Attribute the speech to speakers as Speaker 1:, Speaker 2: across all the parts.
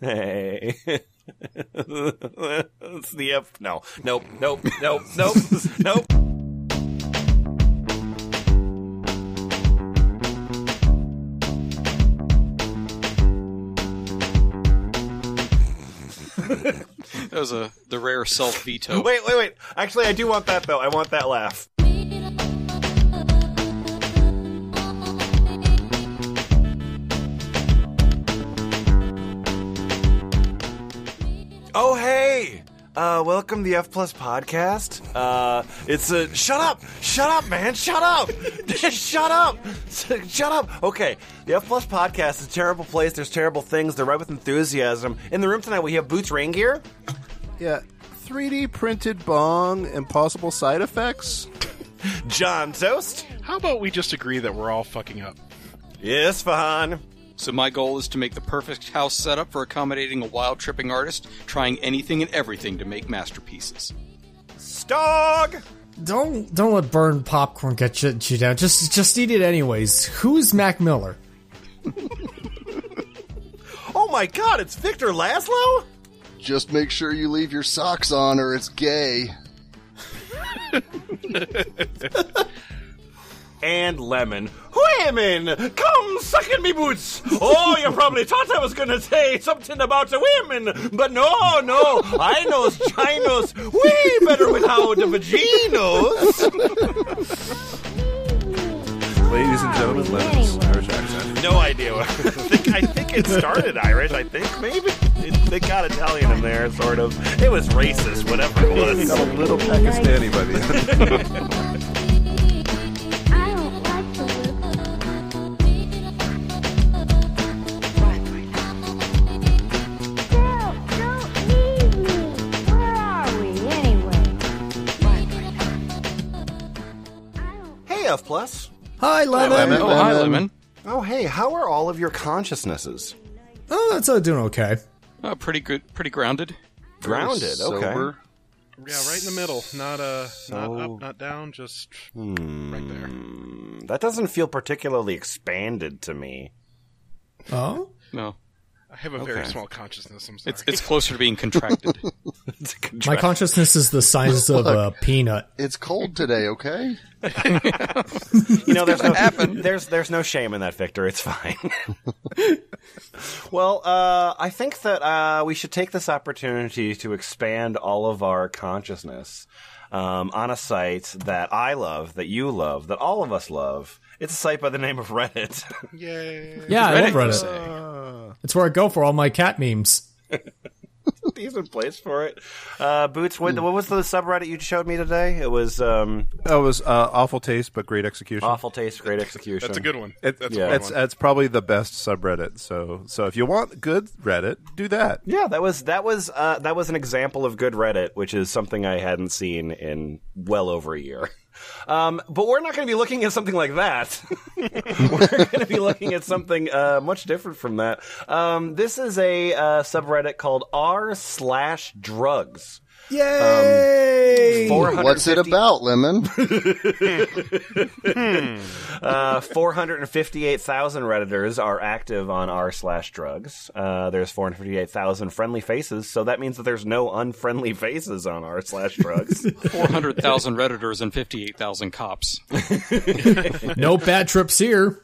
Speaker 1: Hey. it's the F. No. Nope. Nope. Nope. Nope. nope.
Speaker 2: That was a the rare self veto.
Speaker 1: Wait, wait, wait. Actually, I do want that, though. I want that laugh. Oh, hey! Uh, welcome to the F Plus podcast. Uh, it's a shut up, shut up, man, shut up, Just shut up, shut up. Okay, the F Plus podcast is a terrible place. There's terrible things. They're right with enthusiasm. In the room tonight, we have Boots Rain Gear.
Speaker 3: Yeah. 3D printed bong and possible side effects.
Speaker 1: John Toast.
Speaker 4: How about we just agree that we're all fucking up?
Speaker 1: Yes, Fahan.
Speaker 2: So my goal is to make the perfect house setup for accommodating a wild tripping artist trying anything and everything to make masterpieces.
Speaker 1: Stog.
Speaker 5: Don't don't let burned popcorn get you, you down. Just just eat it anyways. Who's Mac Miller?
Speaker 1: Oh my God! It's Victor Laszlo.
Speaker 6: Just make sure you leave your socks on or it's gay.
Speaker 1: and lemon. Women, come suck in me boots. Oh, you probably thought I was gonna say something about the women, but no, no. I knows chinos way better without the vaginos.
Speaker 3: Ladies and gentlemen, Lemon's Irish accent.
Speaker 1: No idea. I think I think it started Irish. I think maybe it, they got Italian in there, sort of. It was racist, whatever it was.
Speaker 3: Got a little Pakistani by the end.
Speaker 1: Hey, F plus.
Speaker 5: Hi, Lemon.
Speaker 2: oh, hi,
Speaker 6: um,
Speaker 2: Lemon.
Speaker 1: Oh, hey, how are all of your consciousnesses?
Speaker 5: Oh, that's uh, doing okay.
Speaker 2: Oh, pretty good, pretty grounded.
Speaker 1: Grounded. Okay.
Speaker 6: Sober.
Speaker 4: Yeah, right in the middle. Not uh, not up, not down. Just right there.
Speaker 1: That doesn't feel particularly expanded to me.
Speaker 5: Oh,
Speaker 2: No,
Speaker 4: I have a very small consciousness. I'm sorry.
Speaker 2: it's it's closer to being contracted.
Speaker 5: my consciousness is the size of a peanut.
Speaker 6: It's cold today, okay?
Speaker 1: you know, there's no there's there's no shame in that, Victor. It's fine. well, uh, I think that uh, we should take this opportunity to expand all of our consciousness um, on a site that I love, that you love, that all of us love. It's a site by the name of Reddit.
Speaker 4: Yay!
Speaker 5: Yeah, I love
Speaker 2: Reddit, you
Speaker 5: Reddit.
Speaker 2: say.
Speaker 5: It's where I go for all my cat memes.
Speaker 1: Decent place for it. Uh, Boots, what, what was the subreddit you showed me today? It was um,
Speaker 3: That was uh, awful taste, but great execution.
Speaker 1: awful taste, great execution.
Speaker 4: That's a good one.
Speaker 3: It-
Speaker 4: That's
Speaker 1: yeah.
Speaker 4: a good
Speaker 3: It's,
Speaker 4: one.
Speaker 3: it's probably the best subreddit. So so if you want good Reddit, do that.
Speaker 1: Yeah, that was that was uh, that was an example of good Reddit, which is something I hadn't seen in well over a year. Um, but we're not going to be looking at something like that. we're going to be looking at something uh, much different from that. Um, this is a uh, subreddit called r slash drugs.
Speaker 5: Yay!
Speaker 1: 450
Speaker 6: What's it about, Lemon?
Speaker 1: Uh, 458,000 Redditors are active on r slash drugs. Uh, there's 458,000 friendly faces, so that means that there's no unfriendly faces on r slash drugs.
Speaker 2: Four hundred thousand redditors and fifty-eight thousand cops.
Speaker 5: no bad trips here.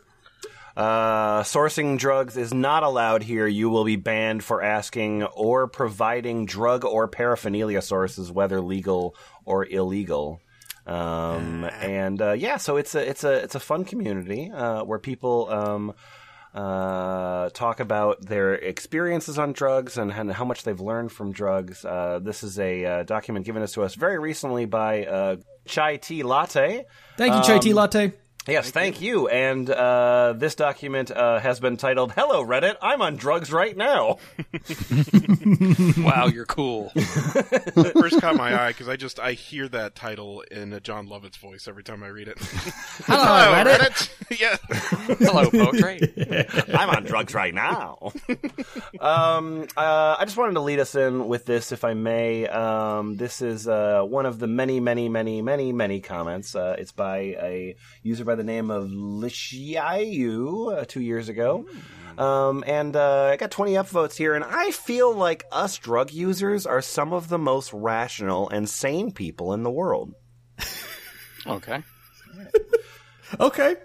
Speaker 1: Uh, sourcing drugs is not allowed here. You will be banned for asking or providing drug or paraphernalia sources, whether legal or illegal. Um, and uh, yeah, so it's a it's a it's a fun community uh, where people um, uh, talk about their experiences on drugs and, and how much they've learned from drugs. Uh, this is a uh, document given us to us very recently by uh, Chai Tea Latte.
Speaker 5: Thank you, Chai Tea Latte.
Speaker 1: Yes, thank, you. And uh, this document uh, has been titled "Hello Reddit, I'm on drugs right now."
Speaker 2: Wow, you're cool.
Speaker 4: It first caught my eye because I just I hear that title in a John Lovett's voice every time I read it. Hello, Reddit. yeah.
Speaker 2: Hello, poetry.
Speaker 1: I'm on drugs right now. um, uh, I just wanted to lead us in with this, if I may. Um, this is uh, one of the many, many, many, many, many comments. Uh, it's by a user by the name of Lishiayu uh, two years ago. Um, and uh, I got 20 upvotes here, and I feel like us drug users are some of the most rational and sane people in the world.
Speaker 2: Okay.
Speaker 5: Okay.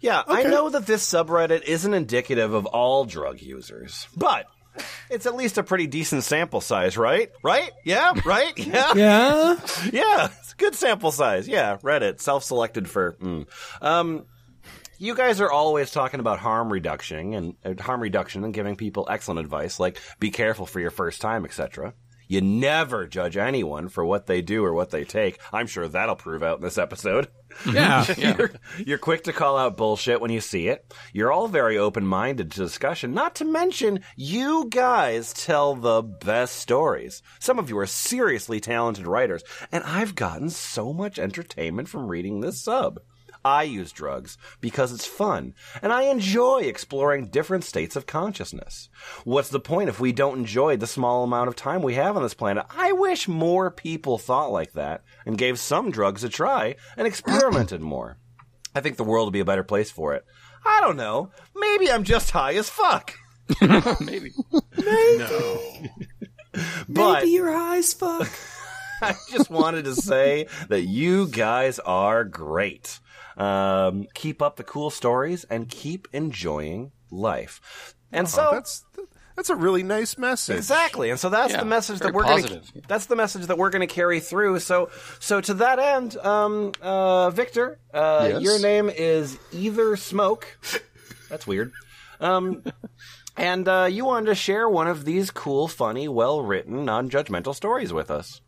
Speaker 1: Yeah, I know that this subreddit isn't indicative of all drug users, but it's at least a pretty decent sample size, right? Right? Yeah, right? Yeah.
Speaker 5: Yeah.
Speaker 1: Yeah, it's a good sample size. Yeah, Reddit, self-selected for. Mm. Um, you guys are always talking about harm reduction and uh, harm reduction and giving people excellent advice, like be careful for your first time, etc. You never judge anyone for what they do or what they take. I'm sure that'll prove out in this episode.
Speaker 5: Yeah.
Speaker 2: Yeah.
Speaker 1: You're quick to call out bullshit when you see it. You're all very open minded to discussion, not to mention, you guys tell the best stories. Some of you are seriously talented writers, and I've gotten so much entertainment from reading this sub. I use drugs because it's fun, and I enjoy exploring different states of consciousness. What's the point if we don't enjoy the small amount of time we have on this planet? I wish more people thought like that and gave some drugs a try and experimented more. I think the world would be a better place for it. I don't know. Maybe I'm just high as fuck.
Speaker 2: Maybe.
Speaker 1: But
Speaker 5: Maybe your eyes fuck.
Speaker 1: I just wanted to say that you guys are great. Um, keep up the cool stories and keep enjoying life. And so
Speaker 3: That's that's a really nice message.
Speaker 1: Exactly, and so that's
Speaker 2: Yeah,
Speaker 1: the message that
Speaker 2: very
Speaker 1: we're
Speaker 2: positive.
Speaker 1: Gonna, that's the message that we're going to carry through. So, so to that end, um, uh, Victor, uh,
Speaker 6: Yes?
Speaker 1: your name is either smoke. That's weird. Um, and uh, you wanted to share one of these cool, funny, well-written, non-judgmental stories with us.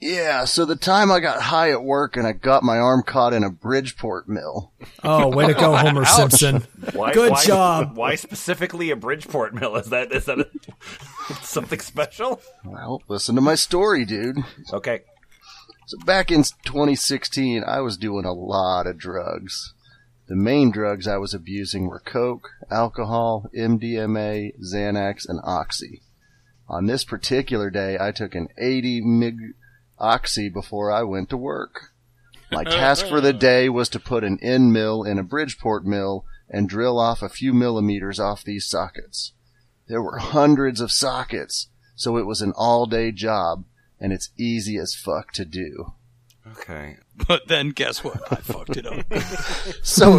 Speaker 6: Yeah, so the time I got high at work and I got my arm caught in a Bridgeport mill.
Speaker 5: Oh, way to go, Homer Simpson. Good job.
Speaker 1: Why specifically a Bridgeport mill? Is that is that something special?
Speaker 6: Well, listen to my story, dude.
Speaker 1: Okay.
Speaker 6: So back in 2016, I was doing a lot of drugs. The main drugs I was abusing were coke, alcohol, MDMA, Xanax, and Oxy. On this particular day, I took an 80 mig Oxy before I went to work. My task for the day was to put an end mill in a Bridgeport mill and drill off a few millimeters off these sockets. There were hundreds of sockets, so it was an all-day job, and it's easy as fuck to do.
Speaker 1: Okay.
Speaker 2: But then guess what? I fucked it up.
Speaker 6: So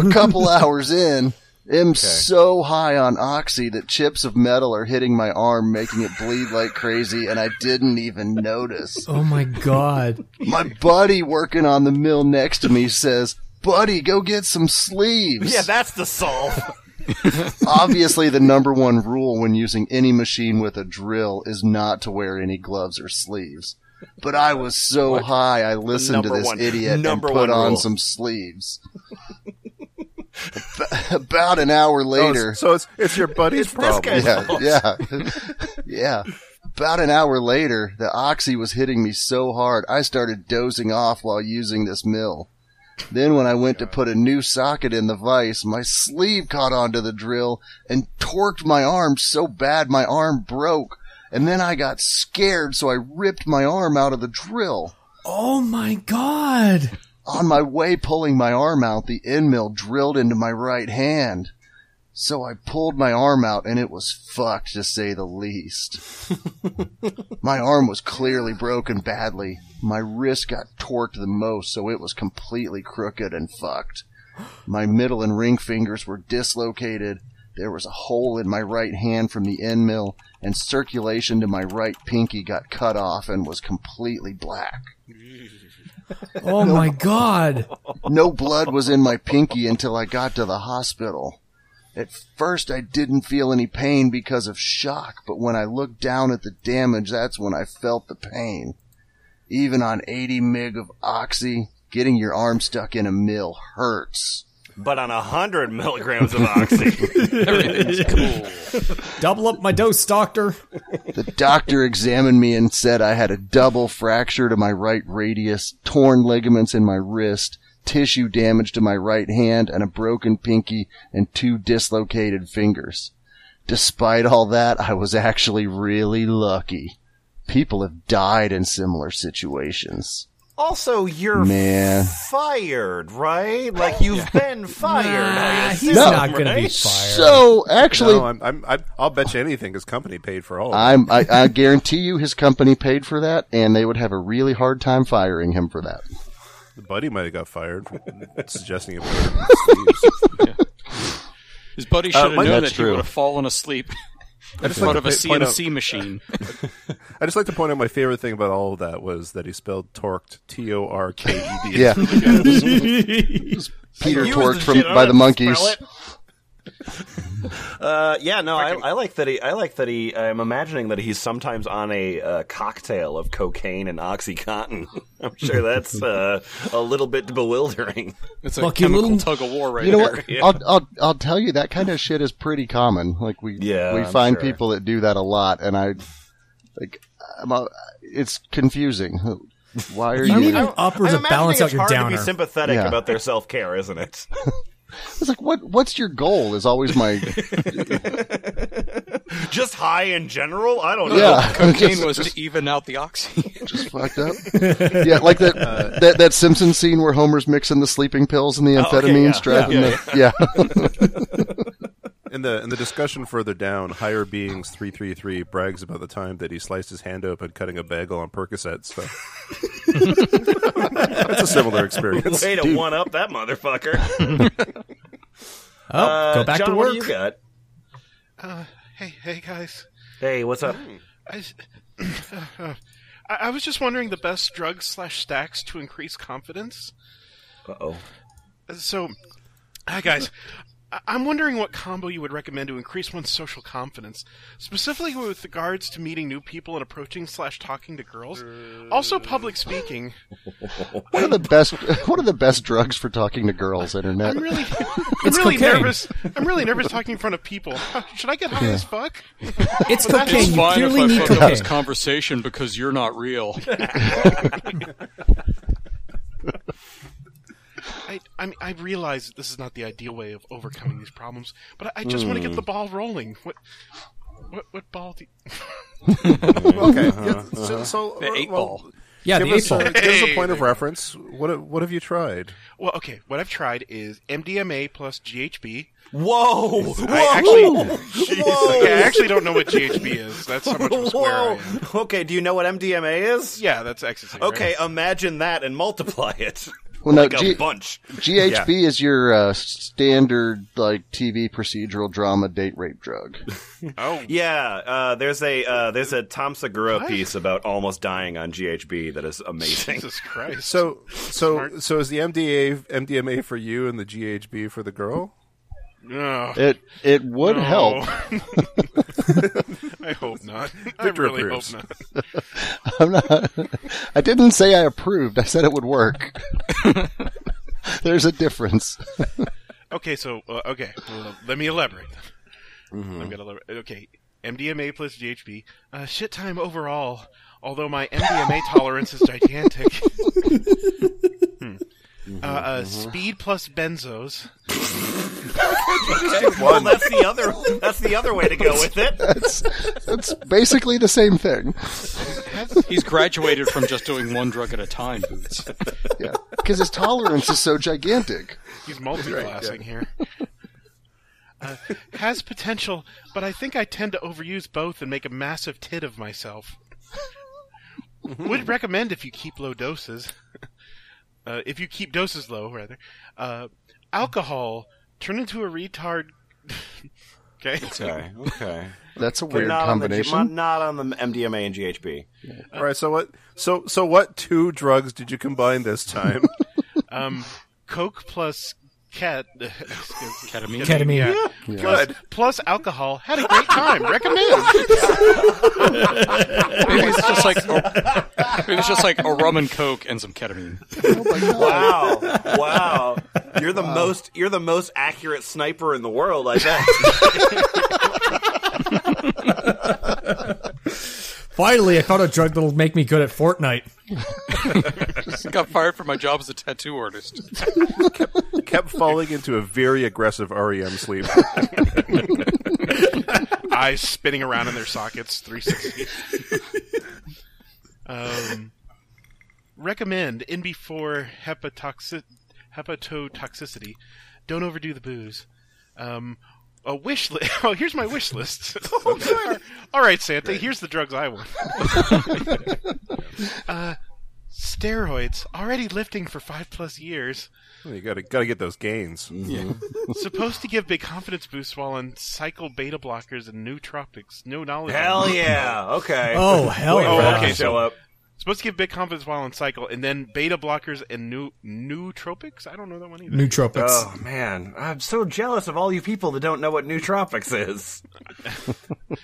Speaker 6: a couple hours in, I'm so high on oxy that chips of metal are hitting my arm, making it bleed like crazy, and I didn't even notice.
Speaker 5: Oh my god.
Speaker 6: My buddy working on the mill next to me says, Buddy, go get some sleeves.
Speaker 1: Yeah, that's the solve.
Speaker 6: Obviously, the number one rule when using any machine with a drill is not to wear any gloves or sleeves. But I was so high, I listened to
Speaker 1: Number
Speaker 6: this
Speaker 1: one-
Speaker 6: idiot and
Speaker 1: number
Speaker 6: put
Speaker 1: one
Speaker 6: on
Speaker 1: rule.
Speaker 6: some sleeves. Ab- About an hour
Speaker 3: Oh,
Speaker 6: later,
Speaker 3: it's- so it's it's your buddy's problem.
Speaker 1: guy's-
Speaker 6: yeah, yeah, yeah. About an hour later, the oxy was hitting me so hard, I started dozing off while using this mill. Then, when I went to put a new socket in the vise, my sleeve caught onto the drill and torqued my arm so bad my arm broke. And then I got scared, so I ripped my arm out of the drill.
Speaker 5: Oh my god.
Speaker 6: On my way pulling my arm out, the end mill drilled into my right hand. So I pulled my arm out and it was fucked to say the least. my arm was clearly broken badly. My wrist got torqued the most, so it was completely crooked and fucked. My middle and ring fingers were dislocated. There was a hole in my right hand from the end mill, and circulation to my right pinky got cut off and was completely black.
Speaker 5: Oh my god.
Speaker 6: No blood was in my pinky until I got to the hospital. At first, I didn't feel any pain because of shock, but when I looked down at the damage, that's when I felt the pain. Even on 80 mig of oxy, getting your arm stuck in a mill hurts.
Speaker 1: but on 100 milligrams of oxy.
Speaker 2: Everything's cool.
Speaker 5: Double up my dose, doctor.
Speaker 6: The doctor examined me and said I had a double fracture to my right radius, torn ligaments in my wrist, tissue damage to my right hand and a broken pinky and two dislocated fingers. Despite all that, I was actually really lucky. People have died in similar situations.
Speaker 1: Also, you're
Speaker 6: Man.
Speaker 1: fired, right? Like you've been fired. I
Speaker 5: he's
Speaker 1: assume,
Speaker 5: not going to be
Speaker 1: right?
Speaker 5: fired.
Speaker 6: So, actually,
Speaker 7: No, I'm, I'm, I'm, I'll bet you anything his company paid for all of it.
Speaker 6: I'm, I, I guarantee you his company paid for that, and they would have a really hard time firing him for that.
Speaker 7: The buddy might have got fired, for suggesting it. was-
Speaker 2: His buddy should have
Speaker 7: my-
Speaker 2: known that
Speaker 7: That's
Speaker 2: he
Speaker 6: Uh, true.
Speaker 2: would have fallen asleep in
Speaker 7: just
Speaker 2: front
Speaker 7: like
Speaker 2: of a
Speaker 7: to point out-
Speaker 2: CNC machine.
Speaker 7: I just like to point out my favorite thing about all of that was that he spelled torqued T O R K E D.
Speaker 6: Yeah.
Speaker 1: oh, You
Speaker 6: Peter
Speaker 1: was
Speaker 6: Tork
Speaker 1: the
Speaker 6: from
Speaker 1: shit, I don't know
Speaker 6: by the
Speaker 1: how to
Speaker 6: monkeys.
Speaker 1: spell it. Uh, yeah, no, I, I like that he. I like that he. I'm imagining that he's sometimes on a uh, cocktail of cocaine and OxyContin. I'm sure that's uh, a little bit bewildering.
Speaker 2: It's a
Speaker 5: Lucky
Speaker 2: chemical
Speaker 5: little-
Speaker 2: tug of war right
Speaker 6: You know
Speaker 2: there.
Speaker 6: what? I'll, I'll I'll tell you that kind of shit is pretty common. Like we
Speaker 1: Yeah,
Speaker 6: we
Speaker 1: I'm
Speaker 6: find
Speaker 1: sure.
Speaker 6: people that do that a lot, and I like I'm a, it's confusing. Why are
Speaker 5: You
Speaker 6: you?
Speaker 5: need an upper
Speaker 1: I'm
Speaker 5: to
Speaker 1: imagining
Speaker 5: balance out
Speaker 1: it's
Speaker 5: your
Speaker 1: hard
Speaker 5: downer.
Speaker 1: to be sympathetic
Speaker 6: Yeah.
Speaker 1: about their self care, isn't it?
Speaker 6: It's like what what's your goal? Is always my
Speaker 1: Just high in general. I don't know.
Speaker 6: yeah.
Speaker 2: Cocaine
Speaker 6: Just-
Speaker 2: was to even out the oxy.
Speaker 6: just fucked up. yeah, like that that that Simpson scene where Homer's mixing the sleeping pills and the
Speaker 1: Uh, Oh, okay,
Speaker 6: amphetamines,
Speaker 1: yeah.
Speaker 6: driving
Speaker 1: Yeah,
Speaker 6: the yeah.
Speaker 7: In the in the discussion further down, higher beings three three three brags about the time that he sliced his hand open cutting a bagel on Percocet. So that's a similar experience.
Speaker 1: Way to one up that motherfucker.
Speaker 5: oh, go back
Speaker 1: John,
Speaker 5: to
Speaker 1: what
Speaker 5: work.
Speaker 1: do you got?
Speaker 4: Uh, hey, hey guys.
Speaker 1: Hey, what's up?
Speaker 4: I, s- I- I was just wondering the best drugs slash stacks to increase confidence.
Speaker 1: Uh oh.
Speaker 4: So, hi guys. I- I'm wondering what combo you would recommend to increase one's social confidence, specifically with regards to meeting new people and approaching slash talking to girls. Also, public speaking.
Speaker 6: What are the best What are the best drugs for talking to girls? Internet.
Speaker 4: I'm really, I'm really
Speaker 5: cocaine.
Speaker 4: nervous. I'm really nervous talking in front of people. Should I get high as fuck?
Speaker 5: It's
Speaker 4: Well, that's
Speaker 5: cocaine.
Speaker 4: just
Speaker 5: You
Speaker 2: Fine if
Speaker 5: clearly
Speaker 2: I
Speaker 5: need
Speaker 2: fuck up this
Speaker 5: cocaine.
Speaker 2: conversation because you're not real.
Speaker 4: I, I, mean, I realize that this is not the ideal way of overcoming these problems, but I, I just want to
Speaker 1: Hmm.
Speaker 4: get the ball rolling. What, what, what ball? Do you...
Speaker 7: Okay, uh-huh, so, so
Speaker 2: The eight
Speaker 7: well,
Speaker 2: ball.
Speaker 5: Yeah, the
Speaker 7: Give us,
Speaker 5: eight
Speaker 7: a,
Speaker 5: ball.
Speaker 7: give us a point of reference. What what have you tried?
Speaker 4: Well, okay. What I've tried is MDMA plus GHB.
Speaker 1: Whoa! Whoa!
Speaker 4: I actually,
Speaker 1: Whoa!
Speaker 4: Okay, I actually don't know what GHB is. That's how much of a square I
Speaker 1: Whoa!
Speaker 4: am.
Speaker 1: Okay, do you know what MDMA is?
Speaker 4: Yeah, that's ecstasy. right?
Speaker 1: Okay, uh, imagine that and multiply it.
Speaker 6: Well, no,
Speaker 1: like
Speaker 6: G-
Speaker 1: a bunch.
Speaker 6: GHB is your uh, standard like TV procedural drama date rape drug.
Speaker 4: Oh,
Speaker 1: Yeah, uh, there's a uh, there's a Tom Segura piece about almost dying on GHB that is amazing.
Speaker 4: Jesus Christ.
Speaker 7: So so so is the MDA MDMA for you and the GHB for the girl?
Speaker 4: Ugh,
Speaker 6: It it would
Speaker 4: no.
Speaker 6: help.
Speaker 4: I hope not. I really
Speaker 7: approves.
Speaker 4: hope not.
Speaker 6: I'm not. I didn't say I approved. I said it would work. There's a difference.
Speaker 4: Okay, so uh, okay, well, let me elaborate. I'm gonna elaborate. Okay, MDMA plus GHB. Uh, shit time overall. Although my MDMA tolerance is gigantic. Hmm. Uh, uh, speed plus benzos.
Speaker 1: well, that's the other that's the other way to go with it.
Speaker 6: It's, it's basically the same thing.
Speaker 2: He's graduated from just doing one drug at a time, Boots.
Speaker 6: Yeah, because his tolerance is so gigantic.
Speaker 4: He's multi-classing here. Uh, has potential, but I think I tend to overuse both and make a massive tit of myself. Would recommend if you keep low doses. Uh, if you keep doses low, rather. Uh, alcohol, turn into a retard. okay.
Speaker 1: Okay, okay.
Speaker 6: That's a
Speaker 1: But
Speaker 6: weird
Speaker 1: not on, the, G-
Speaker 6: combination.
Speaker 1: not on the MDMA and GHB.
Speaker 2: Uh.
Speaker 7: All right. So what so so what two drugs did you combine this time?
Speaker 4: Um, Coke plus cat.
Speaker 2: Ketamine.
Speaker 5: Ketamine.
Speaker 4: Yeah. Plus, plus alcohol. Had a great time. Recommend.
Speaker 2: Maybe it's just like a, maybe it's just like a rum and coke and some ketamine.
Speaker 1: Wow, wow! You're the most you're the most accurate sniper in the world, I bet.
Speaker 5: Finally, I found a drug that'll make me good at Fortnite.
Speaker 2: Got fired from my job as a tattoo artist.
Speaker 7: Kept falling into a very aggressive REM sleep.
Speaker 4: eyes spinning around in their sockets 360 um, recommend in before hepatoxi- hepatotoxicity don't overdo the booze um, a wish list oh here's my wish list all right santa here's the drugs i want uh, steroids already lifting for five plus years
Speaker 7: you gotta gotta get those gains. Mm-hmm.
Speaker 4: supposed to give big confidence boosts whill on cycle beta blockers and nootropics no knowledge on
Speaker 1: Hell yeah. Okay.
Speaker 5: Oh, hell
Speaker 1: Wait for
Speaker 5: yeah.
Speaker 1: that
Speaker 4: okay,
Speaker 1: to
Speaker 4: so-
Speaker 1: show up.
Speaker 4: Supposed to give big confidence while on cycle, and then beta blockers and new nootropics. I don't know that one either.
Speaker 5: Nootropics.
Speaker 1: Oh man, I'm so jealous of all you people that don't know what nootropics is.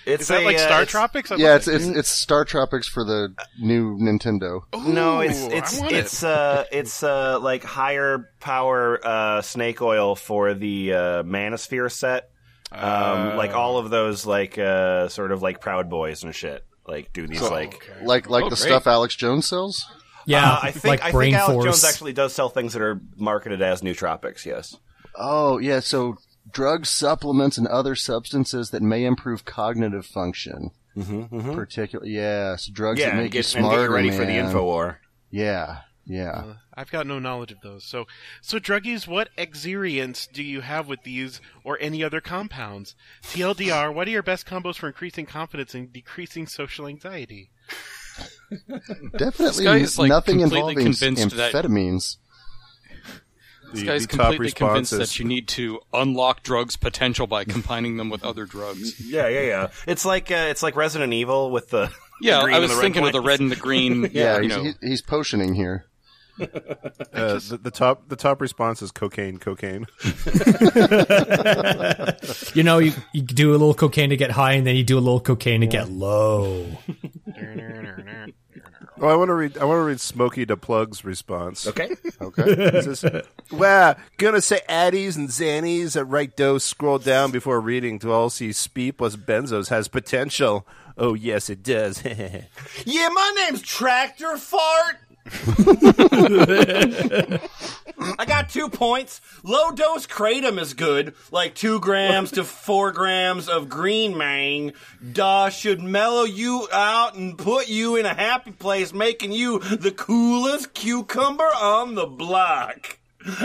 Speaker 1: It's
Speaker 4: Is that
Speaker 1: a,
Speaker 4: like
Speaker 1: uh,
Speaker 4: Star
Speaker 1: it's-
Speaker 4: Tropics? I
Speaker 6: Yeah,
Speaker 4: love
Speaker 6: it's, it's it's Star Tropics for the new Nintendo.
Speaker 4: it. Ooh,
Speaker 1: No, it's
Speaker 4: I
Speaker 1: it's
Speaker 4: want
Speaker 1: it's
Speaker 4: it.
Speaker 1: uh it's uh like higher power uh snake oil for the uh manosphere set. Um like all of those like uh sort of like proud boys and shit. Like do these like
Speaker 6: Like like
Speaker 2: Oh,
Speaker 6: the
Speaker 2: great.
Speaker 6: stuff Alex Jones sells.
Speaker 5: yeah,
Speaker 1: Uh, I think
Speaker 5: like
Speaker 1: I
Speaker 5: Brain
Speaker 1: think Alex
Speaker 5: Force.
Speaker 1: Jones actually does sell things that are marketed as nootropics, yes.
Speaker 6: Oh yeah, so drugs, supplements, and other substances that may improve cognitive function.
Speaker 1: Mm-hmm,
Speaker 6: Particularly, yeah, so drugs
Speaker 1: Yeah,
Speaker 6: that
Speaker 1: and
Speaker 6: make you
Speaker 1: get, and
Speaker 6: smarter.
Speaker 1: get you ready for the
Speaker 6: man.
Speaker 1: info war.
Speaker 6: Yeah, yeah.
Speaker 4: Uh, I've got no knowledge of those. So, so druggies, what experience do you have with these or any other compounds? TLDR, what are your best combos for increasing confidence and decreasing social anxiety?
Speaker 6: Definitely
Speaker 2: guy is, like,
Speaker 6: nothing
Speaker 2: completely
Speaker 6: involving
Speaker 2: convinced that-
Speaker 6: amphetamines.
Speaker 7: The,
Speaker 2: This guy's
Speaker 7: the top
Speaker 2: completely
Speaker 7: response
Speaker 2: convinced
Speaker 7: is
Speaker 2: that you need to unlock drugs' potential by combining them with other drugs.
Speaker 1: Yeah, yeah, yeah. It's like uh, it's like Resident Evil with the
Speaker 2: Yeah,
Speaker 1: the green
Speaker 2: I
Speaker 1: and
Speaker 2: was
Speaker 1: the red
Speaker 2: thinking of the
Speaker 1: points.
Speaker 2: red and the green.
Speaker 6: Yeah,
Speaker 2: you
Speaker 6: he's,
Speaker 2: know.
Speaker 6: he's, he's potioning here.
Speaker 7: uh, the, the top the top response is cocaine, cocaine.
Speaker 5: You know, you, you do a little cocaine to get high, and then you do a little cocaine to get low.
Speaker 7: Oh, I want to read. I want to read Smokey to Plug's response.
Speaker 1: Okay.
Speaker 7: Okay. He says, "Wow, gonna say Addies and Xannies at right dose. Scroll down before reading to all see speed plus benzos has potential. Oh yes, it does.
Speaker 1: Yeah, my name's Tractor Fart. I got two points. Low dose kratom is good, like two grams to four grams of green mang. Duh, should mellow you out and put you in a happy place, making you the coolest cucumber on the block.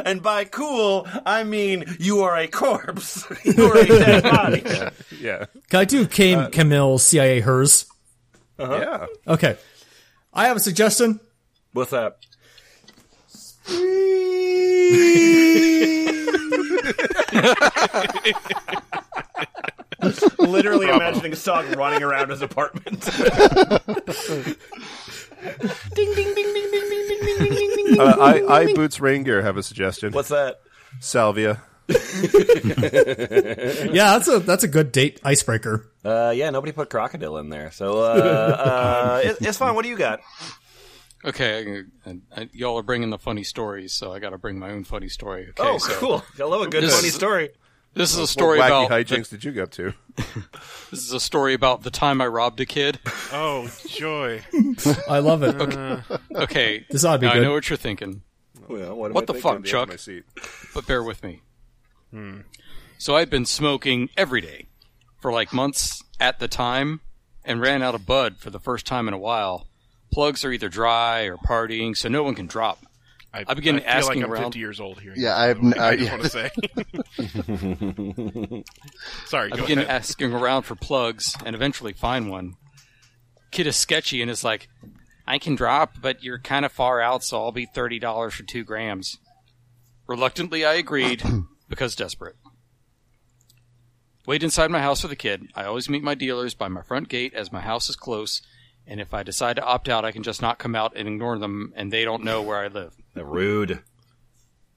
Speaker 1: And by cool, I mean you are a corpse. you are a dead body.
Speaker 7: yeah,
Speaker 5: Can I do Cam
Speaker 1: Uh,
Speaker 5: Camille CIA hers?
Speaker 1: Uh-huh.
Speaker 7: yeah.
Speaker 5: Okay. I have a suggestion.
Speaker 1: What's up? Literally imagining a dog running around his apartment.
Speaker 7: Uh, I, I boots rain gear have a suggestion.
Speaker 1: What's that?
Speaker 7: salvia?
Speaker 5: Yeah, that's a that's a good date icebreaker.
Speaker 1: Uh, yeah, nobody put crocodile in there, so uh, uh, it, it's fine. What do you got?
Speaker 2: Okay, I, I, I, y'all are bringing the funny stories, so I got to bring my own funny story. Okay,
Speaker 1: oh,
Speaker 2: so
Speaker 1: cool! I love a good
Speaker 2: This
Speaker 1: funny
Speaker 2: is-
Speaker 1: story.
Speaker 2: This is a
Speaker 7: What
Speaker 2: story
Speaker 7: wacky
Speaker 2: about
Speaker 7: hijinks did you get up to?
Speaker 2: this is a story about the time I robbed a kid.
Speaker 4: Oh, joy.
Speaker 5: I love it.
Speaker 2: Okay,
Speaker 5: This ought to be
Speaker 2: now I
Speaker 5: good.
Speaker 2: know what you're thinking,
Speaker 7: Well,
Speaker 2: I What the thinking? fuck, The edge of Chuck? my but bear with me.
Speaker 5: Hmm.
Speaker 2: So I'd been smoking every day for like months at the time, and ran out of bud for the first time in a while. Plugs are either dry or partying, so no one can drop.
Speaker 4: I,
Speaker 2: I begin
Speaker 4: feel
Speaker 2: asking
Speaker 4: like I'm
Speaker 2: around-
Speaker 4: 50 years old here.
Speaker 6: Yeah, I have n-
Speaker 4: I
Speaker 6: I-
Speaker 4: just want to say. Sorry,
Speaker 2: I
Speaker 4: go
Speaker 2: begin
Speaker 4: ahead.
Speaker 2: asking around for plugs and eventually find one. Kid is sketchy and is like, I can drop, but you're kind of far out, so I'll be $30 for two grams. Reluctantly, I agreed because desperate. Wait inside my house with the kid. I always meet my dealers by my front gate as my house is close, and if I decide to opt out, I can just not come out and ignore them, and they don't know where I live.
Speaker 1: Rude.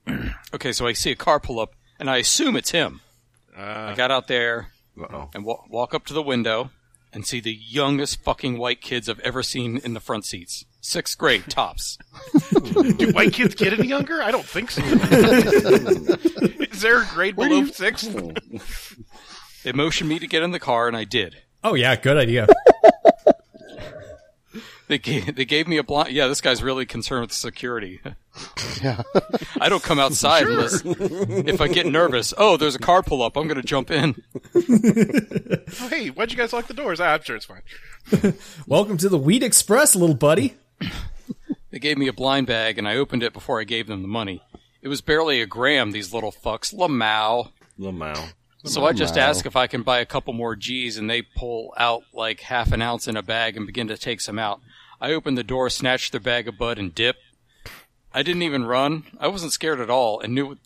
Speaker 2: Okay, so I see a car pull up, and I assume it's him. I got out there,
Speaker 1: Uh-oh.
Speaker 2: and wa- walk up to the window and see the youngest fucking white kids I've ever seen in the front seats. Sixth grade tops.
Speaker 4: Do white kids get any younger? I don't think so. Is there a grade below six?
Speaker 2: They motioned me to get in the car, and I did.
Speaker 5: Oh yeah, good idea.
Speaker 2: They gave, they gave me a blind. Yeah, this guy's really concerned with security.
Speaker 6: Yeah.
Speaker 2: I don't come outside unless if I get nervous. Oh, there's a car pull up. I'm going to jump in.
Speaker 4: Oh, hey, why'd you guys lock the doors? Ah, I'm sure it's fine.
Speaker 5: Welcome to the Weed Express, little buddy.
Speaker 2: They gave me a blind bag, and I opened it before I gave them the money. It was barely a gram. These little fucks, Lamau.
Speaker 1: Lamau.
Speaker 2: So I just ask if I can buy a couple more G's, and they pull out like half an ounce in a bag and begin to take some out. I open the door, snatch their bag of bud, and dip. I didn't even run. I wasn't scared at all, and knew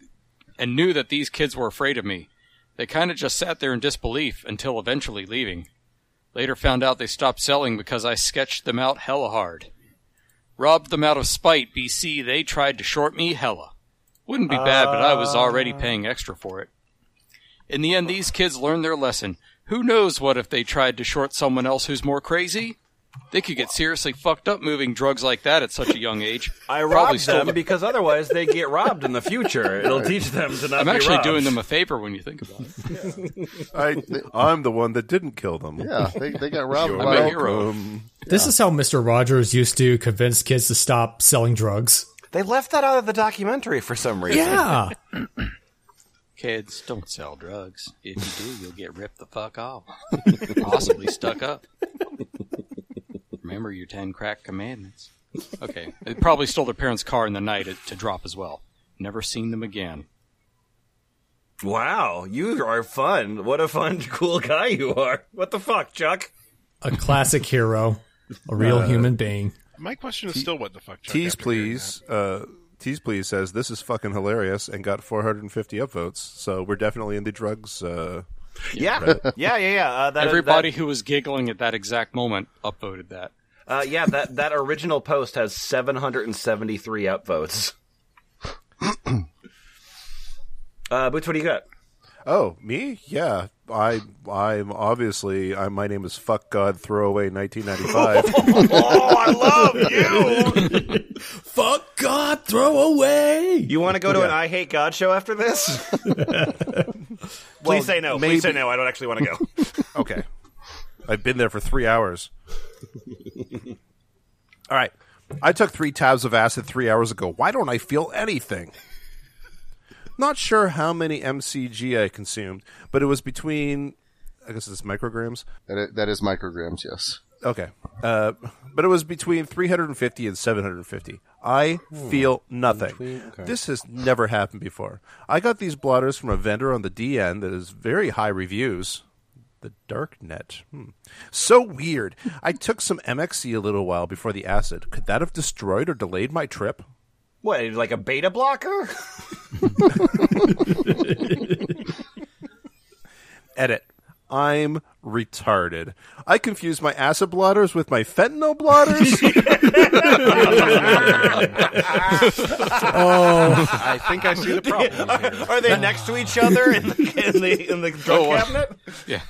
Speaker 2: and knew that these kids were afraid of me. They kind of just sat there in disbelief until eventually leaving. Later found out they stopped selling because I sketched them out hella hard. Robbed them out of spite, BC. They tried to short me hella. Wouldn't be bad, but I was already paying extra for it. In the end, these kids learned their lesson. Who knows what if they tried to short someone else who's more crazy? They could get seriously fucked up moving drugs like that at such a young age.
Speaker 1: I
Speaker 2: Probably
Speaker 1: robbed
Speaker 2: stole
Speaker 1: them because otherwise they get robbed in the future. It'll teach them to not
Speaker 2: I'm
Speaker 1: be
Speaker 2: actually
Speaker 1: robbed.
Speaker 2: doing them a favor when you think about it.
Speaker 7: I, I'm the one that didn't kill them.
Speaker 6: Yeah, Oh, they, they got robbed
Speaker 2: I'm a
Speaker 6: by
Speaker 7: Um,
Speaker 2: hero.
Speaker 5: This is how Mr. Rogers used to convince kids to stop selling drugs.
Speaker 1: They left that out of the documentary for some reason.
Speaker 5: Yeah.
Speaker 2: Kids, don't sell drugs. If you do, you'll get ripped the fuck off. Possibly stuck up. Remember your ten crack commandments. Okay. They probably stole their parents' car in the night to drop as well. Never seen them again.
Speaker 1: Wow, you are fun. What a fun, cool guy you are. What the fuck, Chuck?
Speaker 5: a classic hero, a real human being.
Speaker 4: My question is still what the fuck. Chuck,
Speaker 7: Tease,
Speaker 4: after hearing
Speaker 7: please. Uh, Tease, please says this is fucking hilarious and got 450 upvotes. So we're definitely in the drugs. Uh,
Speaker 1: Yeah, yeah, yeah, yeah. Uh, that,
Speaker 2: Everybody who was giggling at that exact moment upvoted that.
Speaker 1: that- uh, yeah, that that original post has 773 upvotes. uh, Boots, what do you got?
Speaker 7: oh, me? Yeah, I, I'm obviously. I, my name is Fuck God Throwaway 1995.
Speaker 1: Oh, I love you.
Speaker 5: Fuck God, throw away.
Speaker 1: You want to go to an I Hate God show after this? Please say no. Please say no. I don't actually want to go.
Speaker 7: okay, I've been there for three hours. All right, I took three tabs of acid three hours ago. Why don't I feel anything? Not sure how many MCG I consumed, but it was between. I guess it's micrograms.
Speaker 6: That is, that is micrograms, yes.
Speaker 7: Okay. Uh, but it was between 350 and 750. I feel nothing. This has never happened before. I got these blotters from a vendor on the DN that has very high reviews. The dark net. Hmm. So weird. I took some MXC a little while before the acid. Could that have destroyed or delayed my trip?
Speaker 1: What, like a beta blocker?
Speaker 7: Edit. I'm retarded. I confuse my acid blotters with my fentanyl blotters.
Speaker 4: I think I see the problem here.
Speaker 1: Are they next to each other in the in the, in the drug
Speaker 7: Oh, uh,
Speaker 1: cabinet?
Speaker 2: Yeah.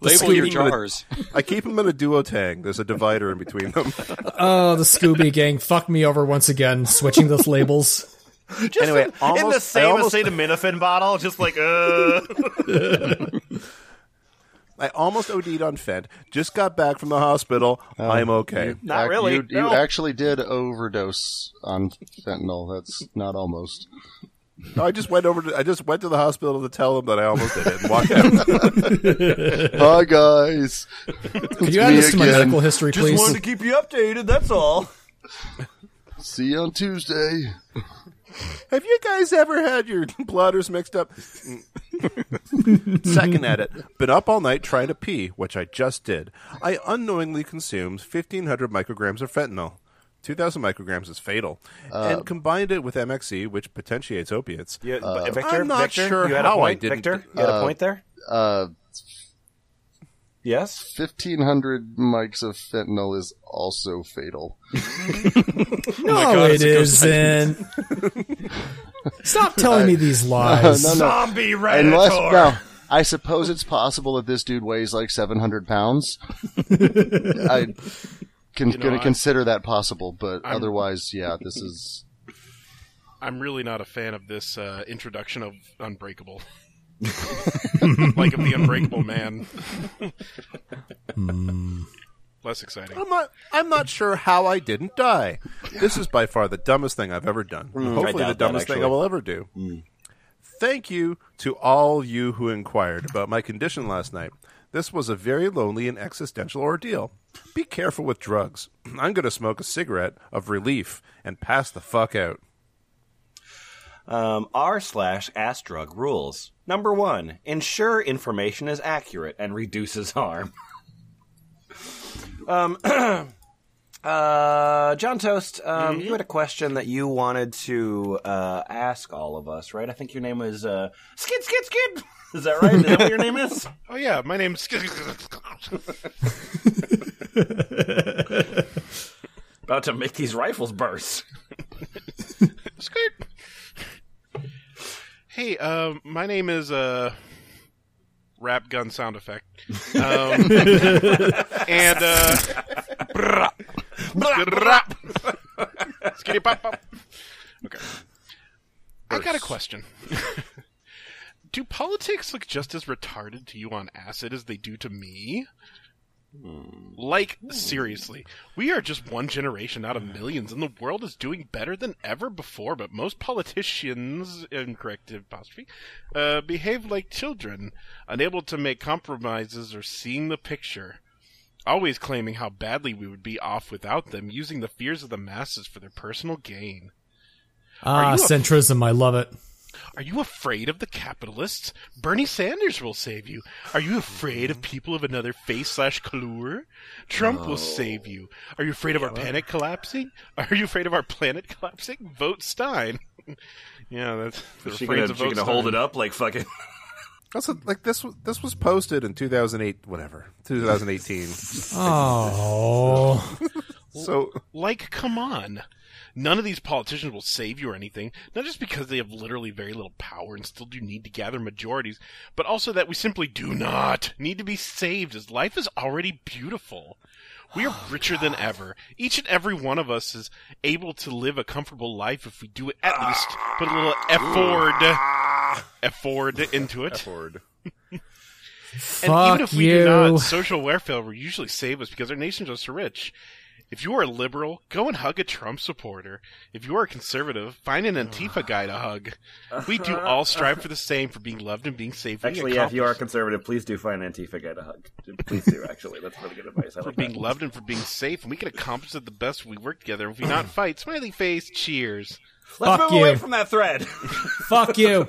Speaker 2: Label your
Speaker 5: sweet-
Speaker 2: jars.
Speaker 7: I keep them in a duotang. There's a divider in between them.
Speaker 5: Oh, the Scooby Gang fucked me over once again, switching those labels.
Speaker 7: anyway, almost,
Speaker 1: in the
Speaker 7: I,
Speaker 1: same
Speaker 7: almost,
Speaker 1: acetaminophen bottle, just like uh.
Speaker 7: I almost OD'd on Fent. Just got back from the hospital.
Speaker 1: Oh,
Speaker 7: I'm okay.
Speaker 1: Not
Speaker 6: Ac-
Speaker 1: really,
Speaker 6: You,
Speaker 1: no.
Speaker 6: you actually did overdose on fentanyl. That's not almost.
Speaker 7: No, I just went over. To, I just went to the hospital to tell them that I almost did it and walked out.
Speaker 6: Hi guys.
Speaker 5: Could you add
Speaker 6: me
Speaker 5: this to my
Speaker 6: again.
Speaker 5: medical history, please?
Speaker 1: keep you updated. That's all.
Speaker 6: See you on Tuesday.
Speaker 7: Have you guys ever had your blotters mixed up? Second edit. Been up all night trying to pee, which I just did. I unknowingly consumed 1,500 micrograms of fentanyl. 2,000 micrograms is fatal. and combined it with MXE, which potentiates opiates.
Speaker 1: Uh,
Speaker 7: Uh,
Speaker 1: Yeah, but Victor,
Speaker 7: I'm not
Speaker 1: Victor,
Speaker 7: sure
Speaker 1: you had a
Speaker 7: how I
Speaker 1: point.
Speaker 7: didn't-
Speaker 1: Victor, you had a point there.
Speaker 6: Uh,
Speaker 1: Yes.
Speaker 6: 1500 mics of fentanyl is also fatal.
Speaker 5: no, it Oh, isn't. Stop telling me these lies.
Speaker 6: No, no.
Speaker 1: Zombie
Speaker 6: Unless, no. I suppose it's possible that this dude weighs like 700 pounds. I can
Speaker 4: know,
Speaker 6: gonna
Speaker 4: I-
Speaker 6: consider that possible, but otherwise, yeah, this is
Speaker 4: I'm really not a fan of this uh, introduction of Unbreakable. like of the Unbreakable Man. Less exciting.
Speaker 7: I'm not. I'm not sure how I didn't die. This is by far the dumbest thing I've ever done. Hopefully,
Speaker 1: Mm. doubt
Speaker 7: the
Speaker 1: that,
Speaker 7: dumbest thing I
Speaker 1: actually. Mm.
Speaker 7: will ever do. Thank you to all you who inquired about my condition last night. This was a very lonely and existential ordeal. Be careful with drugs. I'm going to smoke a cigarette of relief and pass the fuck out.
Speaker 1: Um, R slash ass drug rules. Number one, ensure information is accurate and reduces harm. um, uh, John Toast, um, you had a question that you wanted to uh, ask all of us, right? I think your name is uh, Skid Skid Skid. Is that right? Is that what your name is?
Speaker 4: Oh yeah, my name's.
Speaker 1: About to make these rifles burst.
Speaker 4: Skirt. Hey, um, my name is uh, rap gun sound effect, um, and uh, brah, brah, brah. Skitty pop pop. Okay, I got a question. do politics look just as retarded to you on acid as they do to me? Like, seriously, we are just one generation out of millions, and the world is doing better than ever before, but most politicians, incorrect apostrophe, uh, behave like children, unable to make compromises or seeing the picture. Always claiming how badly we would be off without them, using the fears of the masses for their personal gain.
Speaker 5: Ah,
Speaker 4: you a-
Speaker 5: centrism. I love it.
Speaker 4: Are you afraid of the capitalists? Bernie Sanders will save you. Are you afraid
Speaker 1: Mm-hmm.
Speaker 4: of people of another face slash color? Trump will save you. Are you afraid of our planet collapsing? Are you afraid of our planet collapsing? Vote Stein. yeah, that's they're
Speaker 1: She's
Speaker 4: afraid
Speaker 1: gonna,
Speaker 4: to
Speaker 1: she
Speaker 4: vote
Speaker 1: gonna hold
Speaker 4: Stein.
Speaker 1: it up like fucking.
Speaker 7: That's a- like this. was- This was posted in 2008, whatever 2018.
Speaker 5: Oh,
Speaker 7: so
Speaker 4: Like, come on. None of these politicians will save you or anything, not just because they have literally very little power and still do need to gather majorities, but also that we simply do not need to be saved as life is already beautiful. We are richer than ever. Each and every one of us is able to live a comfortable life if we do at least put a little effort, effort into it. And
Speaker 5: Fuck
Speaker 4: even if we
Speaker 5: you.
Speaker 4: do not, social welfare will usually save us because our nations are so rich. If you are a liberal, go and hug a Trump supporter. If you are a conservative, find an Antifa guy to hug. We do all strive for the same for being loved and being safely
Speaker 1: Actually, yeah, if you are a
Speaker 4: accomplished.
Speaker 1: conservative, please do find Antifa guy to hug. Please do. Actually, that's really good advice. I
Speaker 4: for
Speaker 1: like
Speaker 4: being
Speaker 1: that.
Speaker 4: loved and for being safe, and we can accomplish it the best when we work together. If we not fight, smiley face, cheers.
Speaker 1: Let's
Speaker 5: Fuck
Speaker 1: move away
Speaker 5: you.
Speaker 1: from that thread.
Speaker 5: fuck you.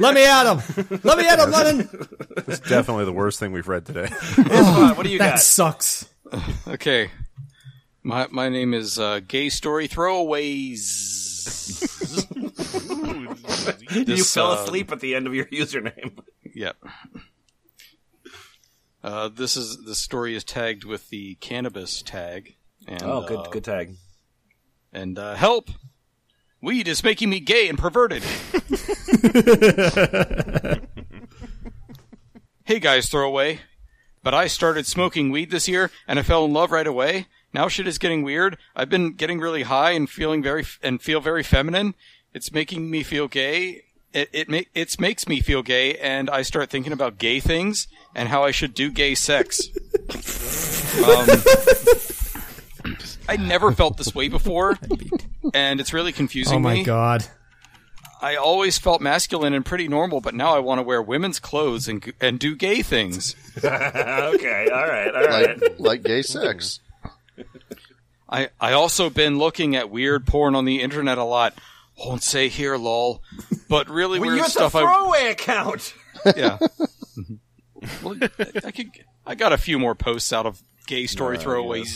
Speaker 5: Let me at him. Let me at him, Lennon.
Speaker 7: it's definitely the worst thing we've read today.
Speaker 1: Come on, what do you
Speaker 5: That
Speaker 1: got?
Speaker 5: sucks.
Speaker 2: Okay. My my name is uh, Gay Story Throwaways.
Speaker 4: Ooh,
Speaker 1: you
Speaker 2: This,
Speaker 1: fell
Speaker 2: uh,
Speaker 1: asleep at the end of your username.
Speaker 2: Yep. Uh, this is the story is tagged with the cannabis tag. And, uh,
Speaker 1: Oh, good tag.
Speaker 2: And uh, help! Weed is making me gay and perverted. hey guys, throwaway. But I started smoking weed this year, and I fell in love right away. Now shit is getting weird. I've been getting really high and feeling very and feel very feminine. It's making me feel gay. It it, ma- it makes me feel gay, and I start thinking about gay things and how I should do gay sex. um, I never felt this way before, and it's really confusing
Speaker 5: Oh my
Speaker 2: me.
Speaker 5: god.
Speaker 2: I always felt masculine and pretty normal, but now I want to wear women's clothes and and do gay things.
Speaker 1: okay, all right, all right.
Speaker 6: Like, like gay sex.
Speaker 2: I I also been looking at weird porn on the internet a lot. Won't say here, lol. But really
Speaker 1: Well, you
Speaker 2: weird
Speaker 1: have the
Speaker 2: stuff. I
Speaker 1: throwaway account.
Speaker 2: yeah. well, I could. I got a few more posts out of gay story throwaways.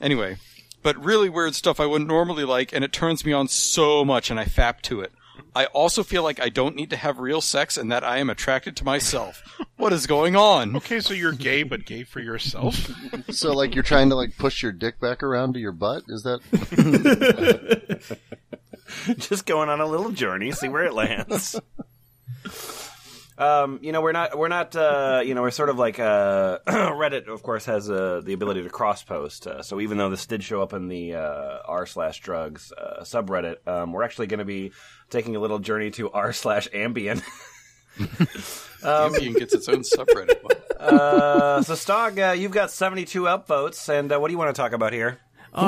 Speaker 2: Anyway, but really weird stuff I wouldn't normally like, and it turns me on so much, and I fap to it. I also feel like I don't need to have real sex and that I am attracted to myself. What is going on?
Speaker 4: Okay, so you're gay, but gay for yourself?
Speaker 6: So like you're trying to like push your dick back around to your butt? Is that
Speaker 1: Just going on a little journey, see where it lands. Um, you know we're not we're not uh, you know we're sort of like uh, Reddit of course has uh, the ability to cross post uh, so even though this did show up in the uh, r slash drugs uh, subreddit um, we're actually going to be taking a little journey to r slash ambient
Speaker 2: Nubian gets its own subreddit.
Speaker 1: Uh, so, Stog, uh, you've got 72 upvotes, and uh, what do you want to talk about here?
Speaker 5: Uh,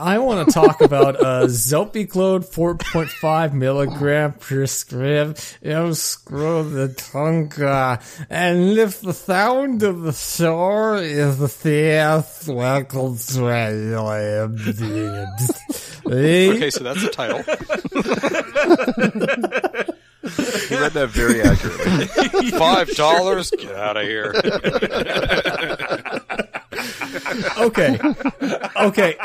Speaker 5: I want to talk about uh, Zelpiclode 4.5 milligram per scrib. It'll screw the tongue. uh, and if the sound of the shore is the theatrical trail, I am dead.
Speaker 2: Okay, so that's the title.
Speaker 7: He read that very accurately.
Speaker 2: Five dollars. Get out of here.
Speaker 5: okay. Okay.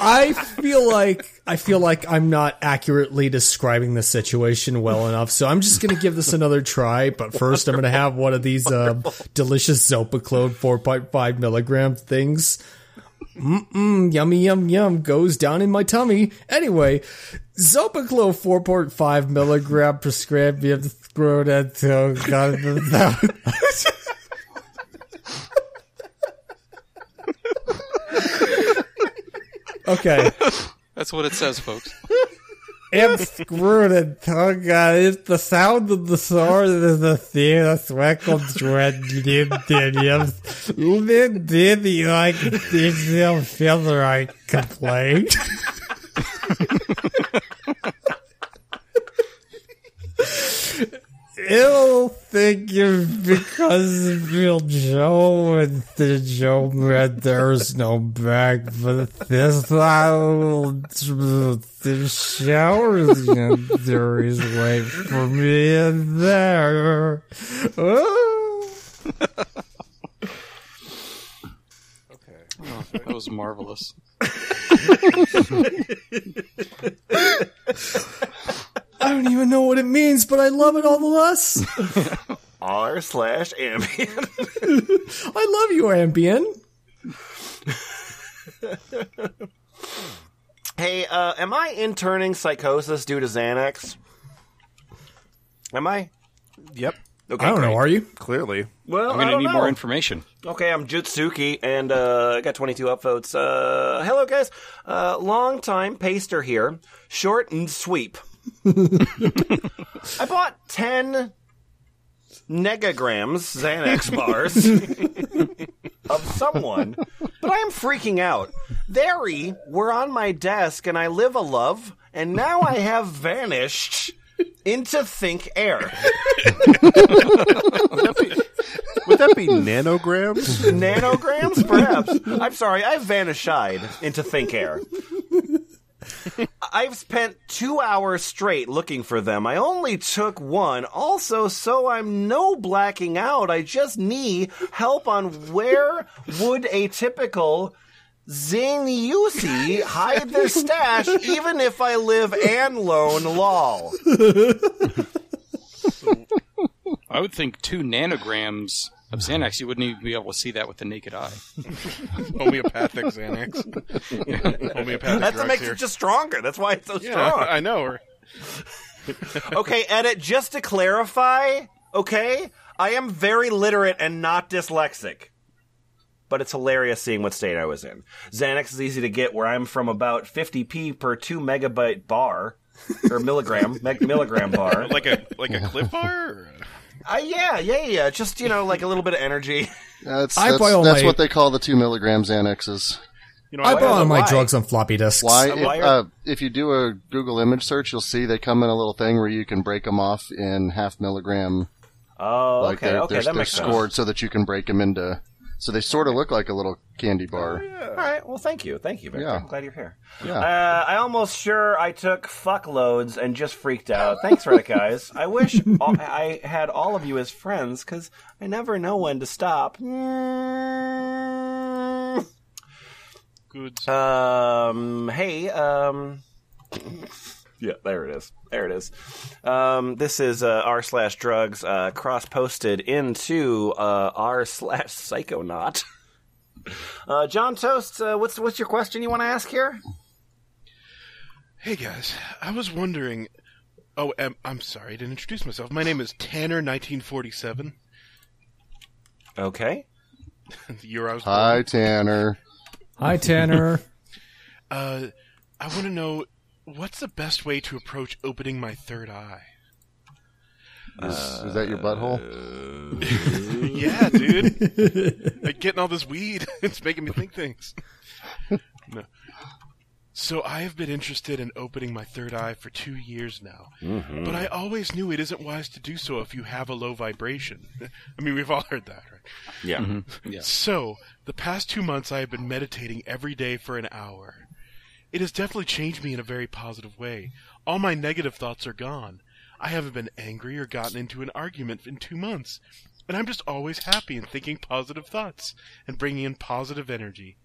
Speaker 5: I feel like I feel like I'm not accurately describing the situation well enough, so I'm just going to give this another try. But first, I'm going to have one of these um, delicious Zopaclone 4.5 milligram things. Mm-mm, yummy, yum, yum goes down in my tummy. Anyway, Zopaclo 4.5 milligram prescribed via the throat and tongue. God, the- okay.
Speaker 2: That's what it says, folks.
Speaker 5: am screwed and tongue out. It's the sound of the sword is the thing that's wackled dread Lin Diddy like digital feather I complain. It'll think you because real Joe and the Joe Red there's no back but this I'll the showers and there is way for me in there. Oh.
Speaker 2: Oh, that was marvelous.
Speaker 5: I don't even know what it means, but I love it all the less.
Speaker 1: R slash ambient.
Speaker 5: I love you, Ambien.
Speaker 1: hey, uh, am I interning psychosis due to Xanax? Am I?
Speaker 7: yep.
Speaker 1: Okay,
Speaker 5: I don't know,
Speaker 1: great.
Speaker 5: are you?
Speaker 7: Clearly.
Speaker 1: Well, I
Speaker 2: I'm going to
Speaker 1: don't
Speaker 2: need
Speaker 1: know.
Speaker 2: more information.
Speaker 1: Okay, I'm Jutsuki, and uh, I got 22 upvotes. Uh, hello, guys. Uh, long time paster here. Short and sweep. I bought 10 negagrams Xanax bars of someone, but I am freaking out. Very were on my desk, and I live a love, and now I have vanished into think air.
Speaker 7: Would that be nanograms?
Speaker 1: nanograms, perhaps. I'm sorry, I've vanished into think air. I've spent two hours straight looking for them. I only took one. Also, so I'm no blacking out. I just need help on where would a typical Zaniusi hide their stash, even if I live and lone lol.
Speaker 2: I would think two nanograms of Xanax, you wouldn't even be able to see that with the naked eye.
Speaker 4: Homeopathic Xanax. Homeopathic
Speaker 1: That's
Speaker 4: drugs
Speaker 1: what makes
Speaker 4: here.
Speaker 1: it just stronger. That's why it's so
Speaker 4: yeah,
Speaker 1: strong.
Speaker 4: I know.
Speaker 1: Okay, edit, just to clarify, okay? I am very literate and not dyslexic. But it's hilarious seeing what state I was in. Xanax is easy to get where I'm from about 50p per 2 megabyte bar. or milligram, meg- milligram bar.
Speaker 4: Like a like a clip bar. Or a-
Speaker 1: Uh, yeah, yeah, yeah. Just you know, like a little bit of energy.
Speaker 6: That's,
Speaker 5: I
Speaker 6: that's,
Speaker 5: buy all
Speaker 6: that's
Speaker 5: my-
Speaker 6: what they call the two milligram Xanaxes.
Speaker 4: You know,
Speaker 5: I
Speaker 4: I,
Speaker 5: bought all my
Speaker 1: why?
Speaker 5: drugs on floppy disks.
Speaker 6: Why? If,
Speaker 1: why are-
Speaker 6: uh, if you do a Google image search, you'll see they come in a little thing where you can break them off in half milligram.
Speaker 1: Oh,
Speaker 6: Like
Speaker 1: okay,
Speaker 6: they're,
Speaker 1: okay,
Speaker 6: they're,
Speaker 1: that
Speaker 6: they're
Speaker 1: makes sense.
Speaker 6: scored so that you can break them into. So they sort of look like a little candy bar.
Speaker 1: All right. Well, thank you. Thank you, Victor.
Speaker 6: Yeah.
Speaker 1: I'm glad you're here.
Speaker 6: Yeah.
Speaker 1: Uh, I almost sure I took fuckloads and just freaked out. Thanks for it, guys. I wish all, I had all of you as friends because I never know when to stop.
Speaker 4: good.
Speaker 1: Um, hey, um, yeah, there it is. There it is. Um, this is uh, r slash drugs uh, cross posted into uh, r slash psychonaut. Uh, John Toast, uh, what's what's your question you want to ask here?
Speaker 4: Hey guys, I was wondering. Oh, um, I'm sorry, I didn't introduce myself. My name is Tanner, 1947.
Speaker 1: Okay.
Speaker 4: The year I was born.
Speaker 6: Hi, Tanner.
Speaker 5: Hi, Tanner.
Speaker 4: Uh, I want to know what's the best way to approach opening my third eye.
Speaker 6: Is, is that your
Speaker 1: Uh,
Speaker 6: butthole?
Speaker 4: yeah, dude. like getting all this weed, it's making me think things. No. So I have been interested in opening my third eye for two years now,
Speaker 1: Mm-hmm.
Speaker 4: but I always knew it isn't wise to do so if you have a low vibration. I mean, we've all heard that, right?
Speaker 1: Yeah.
Speaker 4: So, the past two months, I have been meditating every day for an hour. It has definitely changed me in a very positive way. All my negative thoughts are gone. I haven't been angry or gotten into an argument in two months. And I'm just always happy and thinking positive thoughts and bringing in positive energy.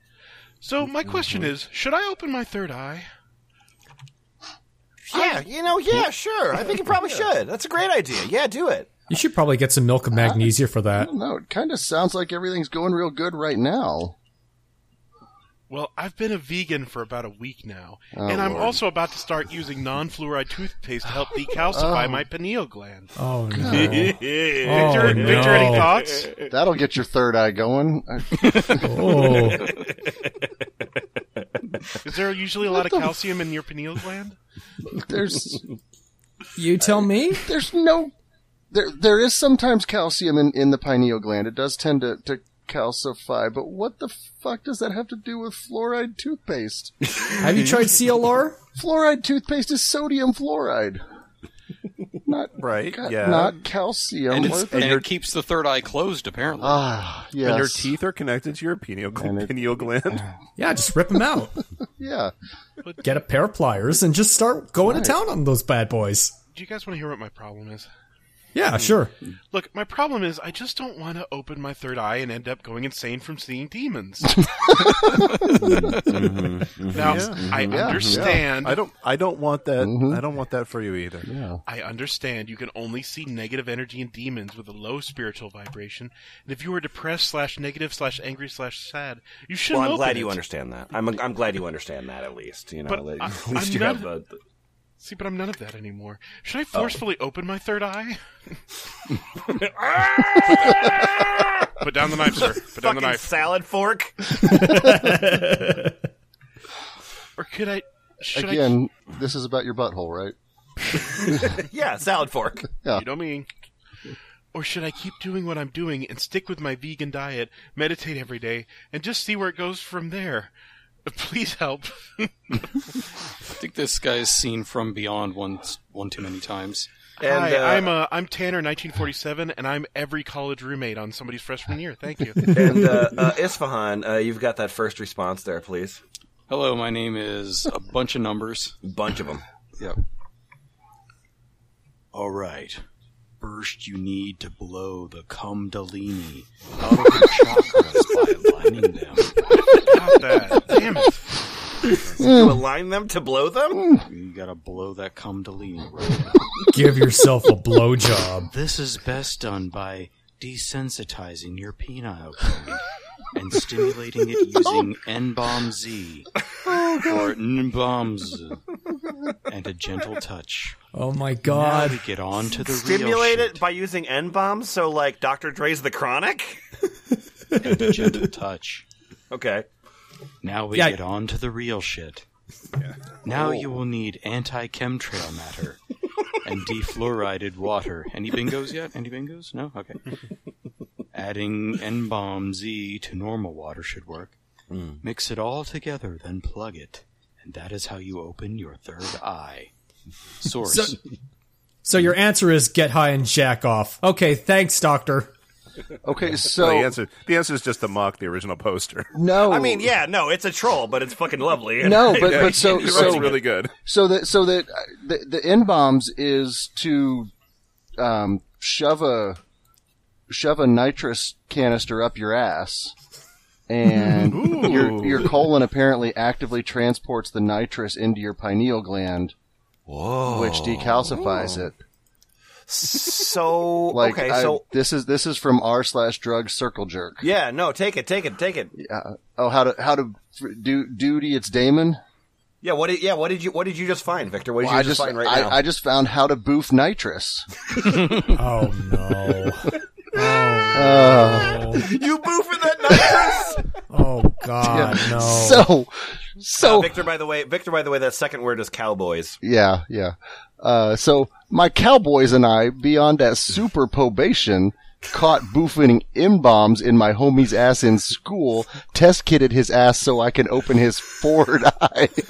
Speaker 4: So,
Speaker 5: Mm-hmm.
Speaker 4: my question is should I open my third eye?
Speaker 1: Yeah, you know, yeah, sure. I think you probably should. That's a great idea. Yeah, do it.
Speaker 5: You should probably get some milk and magnesia for
Speaker 6: I
Speaker 5: that.
Speaker 6: don't know. It kind of sounds like everything's going real good right now.
Speaker 4: Well, I've been a vegan for about a week now,
Speaker 6: Oh,
Speaker 4: and I'm
Speaker 6: Lord.
Speaker 4: also about to start using non fluoride toothpaste to help decalcify my pineal gland.
Speaker 5: Oh no!
Speaker 4: Victor,
Speaker 5: Oh, no.
Speaker 4: Victor, any thoughts?
Speaker 6: That'll get your third eye going.
Speaker 5: oh,
Speaker 4: Is there usually a lot of calcium in your pineal gland?
Speaker 6: There's
Speaker 5: you tell me.
Speaker 6: there's no there there is sometimes calcium in, in the pineal gland. It does tend to, to calcify, but what the fuck does that have to do with fluoride toothpaste?
Speaker 5: Have you tried CLR?
Speaker 6: fluoride toothpaste is sodium fluoride. Not
Speaker 7: Right,
Speaker 6: God,
Speaker 7: yeah.
Speaker 6: Not calcium.
Speaker 2: And, it's,
Speaker 6: What the-
Speaker 2: and it keeps the third eye closed, apparently.
Speaker 6: ah, yes.
Speaker 7: And your teeth are connected to your pineal,
Speaker 6: And it-
Speaker 7: pineal gland.
Speaker 5: Yeah, just rip them out.
Speaker 6: Yeah.
Speaker 5: Get a pair of pliers and just start going to town on those bad boys.
Speaker 4: Do you guys want to hear what my problem is?
Speaker 5: Yeah, sure.
Speaker 4: Look, my problem is I just don't want to open my third eye and end up going insane from seeing demons. Now, I understand.
Speaker 7: Mm-hmm. I don't. I don't want that. I don't want that for you either.
Speaker 4: I understand you can only see negative energy in demons with a low spiritual vibration, and if you are depressed slash negative slash angry slash sad, you shouldn't.
Speaker 1: Well, I'm
Speaker 4: open
Speaker 1: glad
Speaker 4: it.
Speaker 1: you understand that. I'm I'm glad you understand that at least. You know,
Speaker 4: But
Speaker 1: that,
Speaker 4: I-
Speaker 1: at least
Speaker 4: I'm
Speaker 1: you
Speaker 4: not-
Speaker 1: have a.
Speaker 4: See, but I'm none of that anymore. Should I
Speaker 1: Oh.
Speaker 4: forcefully open my third eye? Put down the knife, sir. Put down
Speaker 1: Fucking
Speaker 4: the knife.
Speaker 1: salad fork.
Speaker 4: Or could I? Should
Speaker 6: Again, this is about your butthole, right?
Speaker 1: Yeah, salad fork.
Speaker 4: I? You know me. Or should I keep doing what I'm doing and stick with my vegan diet, meditate every day, and just see where it goes from there? Please help.
Speaker 2: I think this guy is seen from beyond one one too many times.
Speaker 1: And,
Speaker 4: Hi,
Speaker 1: uh,
Speaker 4: I'm uh, I'm Tanner, 1947, and I'm every college roommate on somebody's freshman year. Thank you.
Speaker 1: and uh, uh, Isfahan, uh, you've got that first response there, please.
Speaker 2: Hello, my name is a bunch of numbers.
Speaker 1: Bunch of them.
Speaker 2: Yep. All right. First, you need to blow the Kundalini out of your chakras by aligning them.
Speaker 4: Not that. Damn it.
Speaker 1: You align them to blow them.
Speaker 2: You gotta blow that Kundalini. Right?
Speaker 5: Give yourself a blowjob.
Speaker 2: This is best done by desensitizing your penile gland and stimulating it using N-bomb Z
Speaker 1: Oh,
Speaker 2: or N-bombs and a gentle touch.
Speaker 5: Oh my
Speaker 2: Now
Speaker 5: god!
Speaker 2: we get on to the
Speaker 1: Stimulate
Speaker 2: real
Speaker 1: it by using N bombs. So like Dr. Dre's The Chronic.
Speaker 2: shit and a gentle touch.
Speaker 1: Okay.
Speaker 2: Now we
Speaker 5: Yeah. Oh.
Speaker 2: get on to the real shit. Now you will need anti-chemtrail matter and defluoridated water. Any bingos yet? Any bingos? No? Okay. Adding N-bomb Z to normal water should work. Mix it all together, then plug it. And that is how you open your third eye. Source.
Speaker 5: So- So your answer is get high and jack off. Okay, thanks, doctor.
Speaker 7: So the
Speaker 6: Okay, so
Speaker 7: answer. The answer is just to mock the original poster.
Speaker 6: no.
Speaker 1: I mean, yeah, no, it's a troll, but it's fucking lovely.
Speaker 6: No, but but so
Speaker 7: It's
Speaker 6: so
Speaker 7: really good.
Speaker 6: so that so that uh, the, the n bombs is to um, shove a shove a nitrous canister up your ass, and your your colon apparently actively transports the nitrous into your pineal gland,
Speaker 1: Whoa.
Speaker 6: which decalcifies it.
Speaker 1: So
Speaker 6: Like
Speaker 1: okay,
Speaker 6: I-
Speaker 1: so
Speaker 6: this is this is from r slash drug circle jerk.
Speaker 1: yeah, no, take it, take it, take it.
Speaker 6: Oh, how to how to f- do duty? It's Damon.
Speaker 1: Yeah, what? Did, yeah, what did you? What did you just find, Victor? What did you
Speaker 6: I
Speaker 1: just,
Speaker 6: just
Speaker 1: find right
Speaker 6: I,
Speaker 1: now?
Speaker 6: I just found how to boof nitrous.
Speaker 5: Oh no!
Speaker 1: you boofing that nitrous?
Speaker 5: Oh god! No!
Speaker 1: Oh.
Speaker 6: So so
Speaker 1: Victor, by the way, Victor, by the way, that second word is cowboys.
Speaker 6: Yeah, yeah. Uh, so my cowboys and I, beyond that super probation, caught boofing M bombs in my homie's ass in school, test kitted his ass so I can open his forward eye.
Speaker 4: That's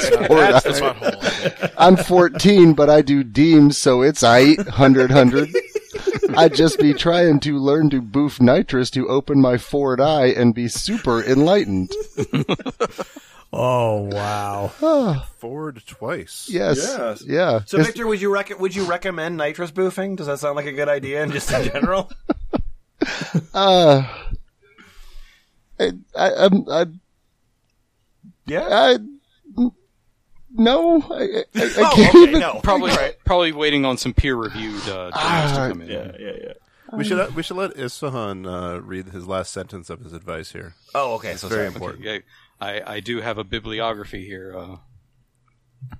Speaker 4: the butthole.
Speaker 6: I'm 14, but I do deems, so it's I eat 100 100. I just be trying to learn to boof nitrous to open my forward eye and be super enlightened.
Speaker 5: Oh wow.
Speaker 7: Forward twice.
Speaker 6: Yes.
Speaker 1: Yes.
Speaker 6: Yeah.
Speaker 1: So, Victor, would you rec- would you recommend nitrous boofing? Does that sound like a good idea? And just in general,
Speaker 6: Uh, I, I, I'm, I,
Speaker 1: yeah.
Speaker 6: I, no, I, I, I
Speaker 1: Oh,
Speaker 6: can't
Speaker 1: okay,
Speaker 6: even.
Speaker 1: no,
Speaker 2: Probably,
Speaker 1: right.
Speaker 2: probably waiting on some peer reviewed uh, journals
Speaker 5: Ah,
Speaker 2: to come in.
Speaker 1: Yeah, yeah, yeah.
Speaker 7: We should we should let Isfahan uh, read his last sentence of his advice here.
Speaker 1: Oh, okay. So
Speaker 7: Very
Speaker 1: sorry.
Speaker 7: important.
Speaker 2: Yeah, I, I do have a bibliography here. Uh,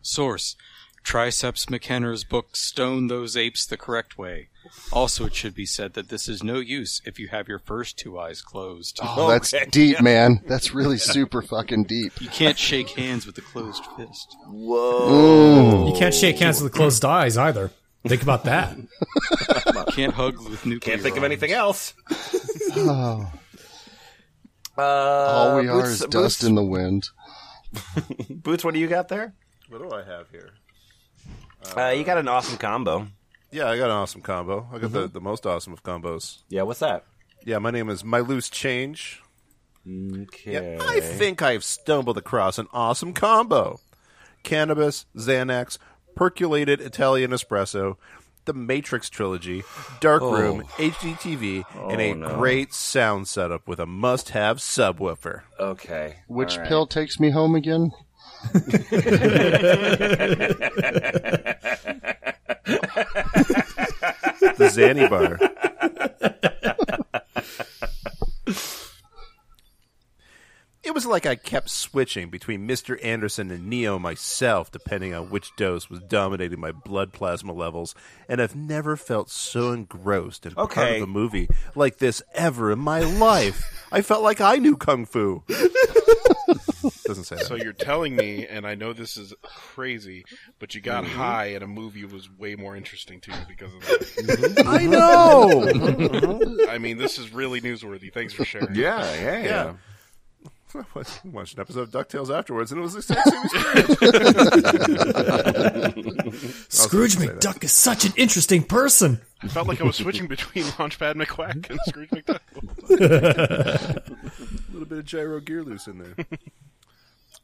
Speaker 2: source Triceps McKenna's book, Stone Those Apes the Correct Way. Also, it should be said that this is no use if you have your first two eyes closed.
Speaker 6: Oh, that's
Speaker 1: Okay,
Speaker 6: deep, man. That's really super fucking deep.
Speaker 2: You can't shake hands with a closed fist.
Speaker 5: You can't shake hands with closed eyes either. Think about that.
Speaker 2: You can't hug with nuclear
Speaker 1: Can't think of
Speaker 2: arms.
Speaker 1: anything else. Uh,
Speaker 6: All we are
Speaker 1: Boots-
Speaker 6: is
Speaker 1: Boots-
Speaker 6: dust in the wind.
Speaker 1: Boots, what do you got there?
Speaker 7: What do I have here?
Speaker 1: Uh, you got an awesome combo.
Speaker 7: Yeah, I got an awesome combo. I got the, the most awesome of combos.
Speaker 1: Yeah, what's that?
Speaker 7: Yeah, my name is My Loose Change.
Speaker 1: Okay.
Speaker 7: Yeah, I think I've stumbled across an awesome combo: cannabis, Xanax, percolated Italian espresso, the Matrix trilogy, Dark Room, HDTV, and a great sound setup with a must-have subwoofer.
Speaker 1: Okay.
Speaker 6: Which
Speaker 1: All right.
Speaker 6: pill takes me home again?
Speaker 7: The Xanny bar. It was like I kept switching between Mr. Anderson and Neo myself, depending on which dose was dominating my blood plasma levels, and I've never felt so engrossed in part
Speaker 1: Okay.
Speaker 7: of a movie like this ever in my life. I felt like I knew kung fu. Doesn't say that.
Speaker 4: So you're telling me, and I know this is crazy, but you got
Speaker 1: Mm-hmm.
Speaker 4: high, and a movie was way more interesting to you because of that.
Speaker 7: I know.
Speaker 4: I mean, this is really newsworthy. Thanks for sharing.
Speaker 1: Yeah, yeah,
Speaker 7: yeah. I watched an episode of Ducktales afterwards, and it was the exact same experience.
Speaker 5: Scrooge
Speaker 7: gonna say that.
Speaker 5: McDuck is such an interesting person.
Speaker 4: I felt like I was switching between Launchpad McQuack and Scrooge McDuck.
Speaker 7: A little bit of gyro gear loose in there.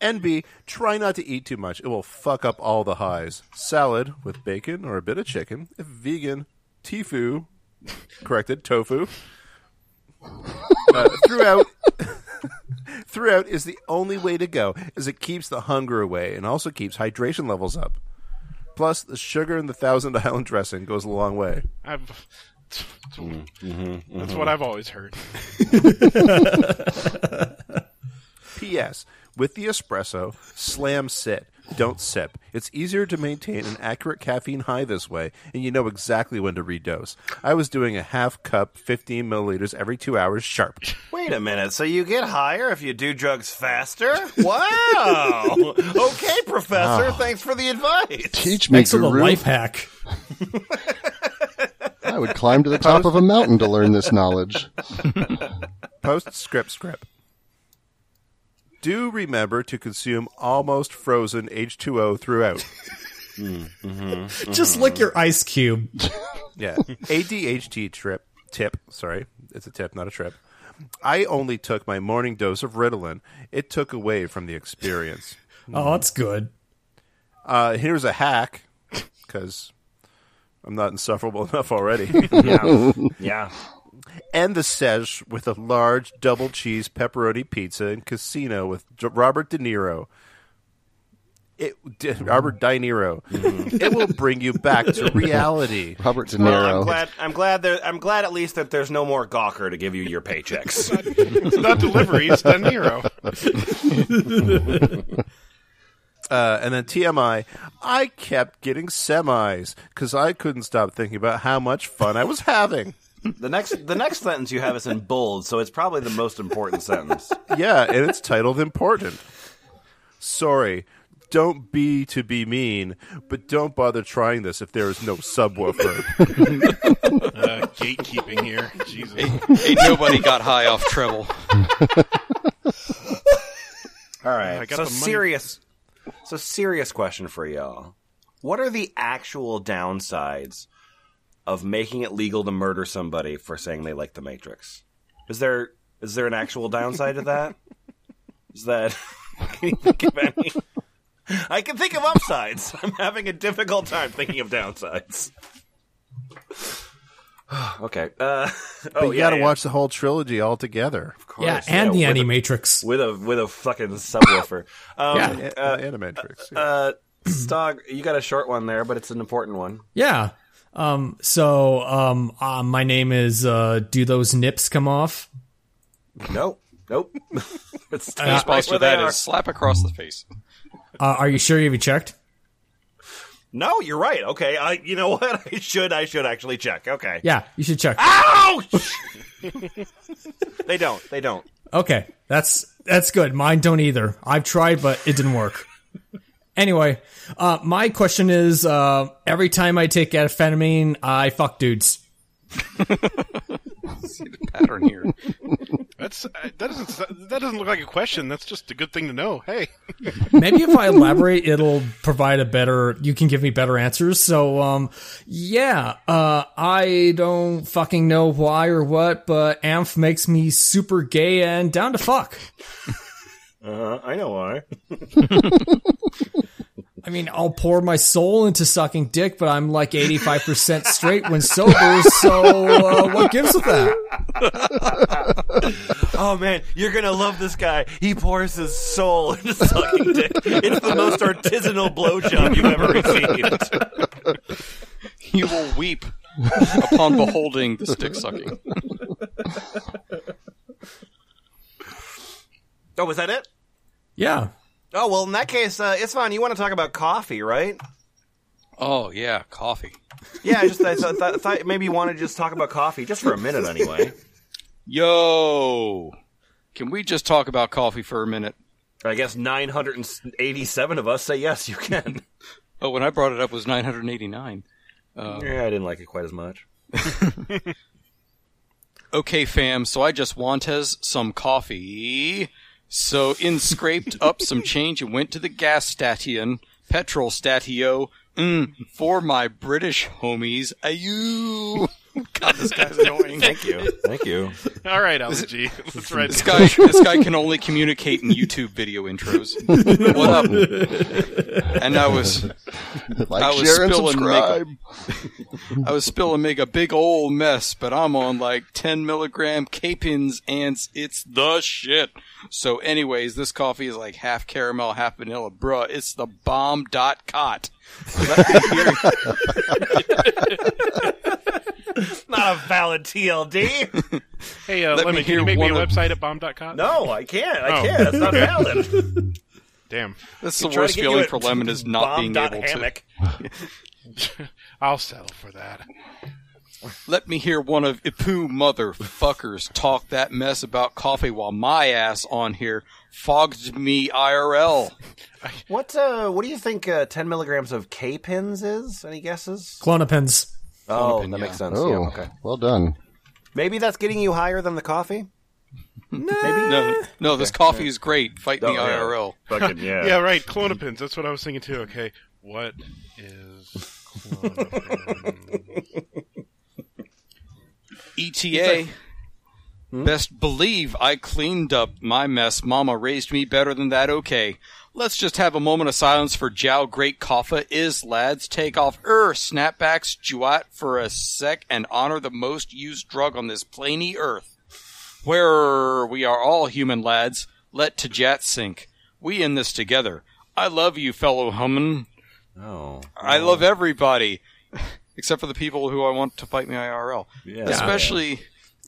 Speaker 7: NB, try not to eat too much. It will fuck up all the highs. Salad with bacon or a bit of chicken. If vegan, tofu, corrected, tofu. Uh, throughout, throughout is the only way to go, as it keeps the hunger away and also keeps hydration levels up. Plus, the sugar in the Thousand Island dressing goes a long way.
Speaker 4: I've, it's- it's-
Speaker 2: Mm-hmm,
Speaker 4: That's what I've always heard.
Speaker 7: P.S. With the espresso, slam sit, don't sip. It's easier to maintain an accurate caffeine high this way, and you know exactly when to redose. I was doing a half cup, 15 milliliters every two hours sharp.
Speaker 1: Wait a minute. So you get higher if you do drugs faster? Wow. okay, Professor. Thanks for the advice.
Speaker 6: Teach me,
Speaker 5: Excellent
Speaker 6: guru.
Speaker 5: life hack.
Speaker 6: I would climb to the top of a mountain to learn this knowledge.
Speaker 7: Post script script. Do remember to consume almost frozen H2O throughout.
Speaker 5: Just lick your ice cube.
Speaker 7: Yeah. ADHD trip tip, sorry. It's a tip, not a trip. I only took my morning dose of Ritalin. It took away from the experience.
Speaker 5: Oh, that's good.
Speaker 7: Uh, here's a hack because I'm not insufferable enough already.
Speaker 1: Yeah. yeah.
Speaker 7: End the sesh with a large double cheese pepperoni pizza in Casino with J- Robert De Niro. It D- Robert De Niro. it will bring you back to reality.
Speaker 6: Robert De
Speaker 1: Well, I'm
Speaker 6: Niro.
Speaker 1: glad. I'm glad. There, I'm glad at least that there's no more Gawker to give you your paychecks.
Speaker 4: It's not delivery, it's De Niro.
Speaker 7: Uh, and then TMI. I kept getting semis because I couldn't stop thinking about how much fun I was having.
Speaker 1: the next, the next sentence you have is in bold, so it's probably the most important sentence.
Speaker 7: yeah, and it's titled Important. Sorry, don't be to be mean, but don't bother trying this if there is no
Speaker 1: Oh,
Speaker 7: subwoofer.
Speaker 4: Uh, gatekeeping here. Jesus.
Speaker 2: Ain't nobody got high off treble.
Speaker 1: All right.
Speaker 4: I got
Speaker 1: so
Speaker 4: the money.
Speaker 1: serious. So serious question for y'all. What are the actual downsides of making it legal to murder somebody for saying they like the Matrix? Is there is there an actual downside to that? Is that can you think of any? I can think of upsides. I'm having a difficult time thinking of downsides. okay. Uh,
Speaker 7: but
Speaker 1: oh,
Speaker 7: you
Speaker 1: yeah,
Speaker 7: got to
Speaker 1: yeah,
Speaker 7: watch the whole trilogy all together.
Speaker 1: Of course.
Speaker 5: Yeah, and
Speaker 1: with
Speaker 5: the
Speaker 1: a-
Speaker 5: Animatrix.
Speaker 1: with a with a fucking subwoofer. Um,
Speaker 7: A-
Speaker 1: uh,
Speaker 7: Animatrix. yeah.
Speaker 1: uh, Stog, you got a short one there, but it's an important one.
Speaker 5: Yeah. Um. So, um, uh, my name is. Uh, do those nips come off?
Speaker 1: Nope. Nope. it's
Speaker 2: The
Speaker 1: right
Speaker 2: response
Speaker 1: where
Speaker 2: to
Speaker 1: they
Speaker 2: that
Speaker 1: are.
Speaker 2: is slap across the face.
Speaker 5: Uh, are you sure you've checked?
Speaker 1: No, you're right. Okay. I you know what? I should I should actually check. Okay.
Speaker 5: Yeah, you should check.
Speaker 1: Ouch! they don't. They don't.
Speaker 5: Okay, that's that's good. Mine don't either. I've tried, but it didn't work. anyway, uh, my question is: uh, every time I take amphetamine, I fuck dudes.
Speaker 2: Pattern here.
Speaker 4: That's uh, that doesn't s- that doesn't look like a question. That's just a good thing to know. Hey,
Speaker 5: Maybe if I elaborate, it'll provide a better. You can give me better answers. So, um, yeah, uh, I don't fucking know why or what, but amph makes me super gay and down to fuck.
Speaker 1: Uh, I know why.
Speaker 5: I mean, I'll pour my soul into sucking dick, but I'm like 85% straight when sober, so uh, what gives with that?
Speaker 1: Oh man, you're gonna love this guy. He pours his soul into sucking dick. It's the most artisanal blowjob you've ever received.
Speaker 2: You will weep upon beholding the stick sucking.
Speaker 1: Oh, was that it?
Speaker 5: Yeah.
Speaker 1: Oh well, in that case, uh, Isfan, you want to talk about coffee, right?
Speaker 2: Oh yeah, coffee.
Speaker 1: Yeah, I just I thought, thought, thought maybe you want to just talk about coffee just for a minute anyway.
Speaker 2: Yo, can we just talk about coffee for a minute?
Speaker 1: I guess 987 of us say yes, you can.
Speaker 2: Oh, when I brought it up was 989. Uh,
Speaker 1: yeah, I didn't like it quite as much.
Speaker 2: Okay, fam. So I just wantes some coffee. So in scraped up some change and went to the gas station, petrol statio, mm, for my British homies. Ayu. God, this guy's annoying. Thank you.
Speaker 1: Thank you.
Speaker 4: all right, Algie. Let's write
Speaker 2: This
Speaker 4: it.
Speaker 2: guy, this guy can only communicate in YouTube video intros. What up? And I was,
Speaker 6: like,
Speaker 2: I was
Speaker 6: share, and
Speaker 2: spilling
Speaker 6: subscribe.
Speaker 2: I was spilling make a big old mess, but I'm on like 10 milligram capins and it's the shit. So anyways, this coffee is like half caramel, half vanilla. Bruh, it's the bomb dot cot.
Speaker 1: Not a valid TLD.
Speaker 4: Hey, uh,
Speaker 2: Let
Speaker 4: let,
Speaker 2: me
Speaker 4: me, can
Speaker 2: hear
Speaker 4: you make me a
Speaker 2: one of-
Speaker 4: website at bomb.com?
Speaker 1: No, I can't. I
Speaker 4: Oh.
Speaker 1: can't. That's not valid.
Speaker 4: Damn.
Speaker 2: That's the
Speaker 1: Try to
Speaker 2: worst
Speaker 1: get you
Speaker 2: feeling
Speaker 1: at
Speaker 2: for Lemon is not
Speaker 1: bomb
Speaker 2: being
Speaker 1: dot
Speaker 2: able to.
Speaker 1: hammock.
Speaker 4: I'll settle for that.
Speaker 2: Let me hear one of Ipu motherfuckers talk that mess about coffee while my ass on here fogged me IRL.
Speaker 1: What uh, what do you think uh, 10 milligrams of K pins is? Any guesses?
Speaker 5: Clonopins.
Speaker 1: Oh,
Speaker 2: Clonopin,
Speaker 1: that
Speaker 2: yeah.
Speaker 1: makes sense.
Speaker 6: Oh,
Speaker 1: Yeah, okay.
Speaker 6: well done.
Speaker 1: Maybe that's getting you higher than the coffee.
Speaker 2: No, no, this coffee is great. Fight me
Speaker 1: Oh, yeah.
Speaker 2: IRL.
Speaker 1: Fucking yeah.
Speaker 4: Yeah, right. Clonopins. That's what I was thinking too. Okay, what is clonopins?
Speaker 2: ETA. E Best believe I cleaned up my mess. Mama raised me better than that. Okay. Let's just have a moment of silence for Jow Great Kaffa is lads. Take off er snapbacks Juat for a sec and honor the most used drug on this plany earth. Where we are all human lads, let to jat sink. We in this together. I love you, fellow hummin.
Speaker 1: Oh.
Speaker 2: I love everybody. Except for the people who I want to fight me IRL
Speaker 1: Yeah.
Speaker 2: especially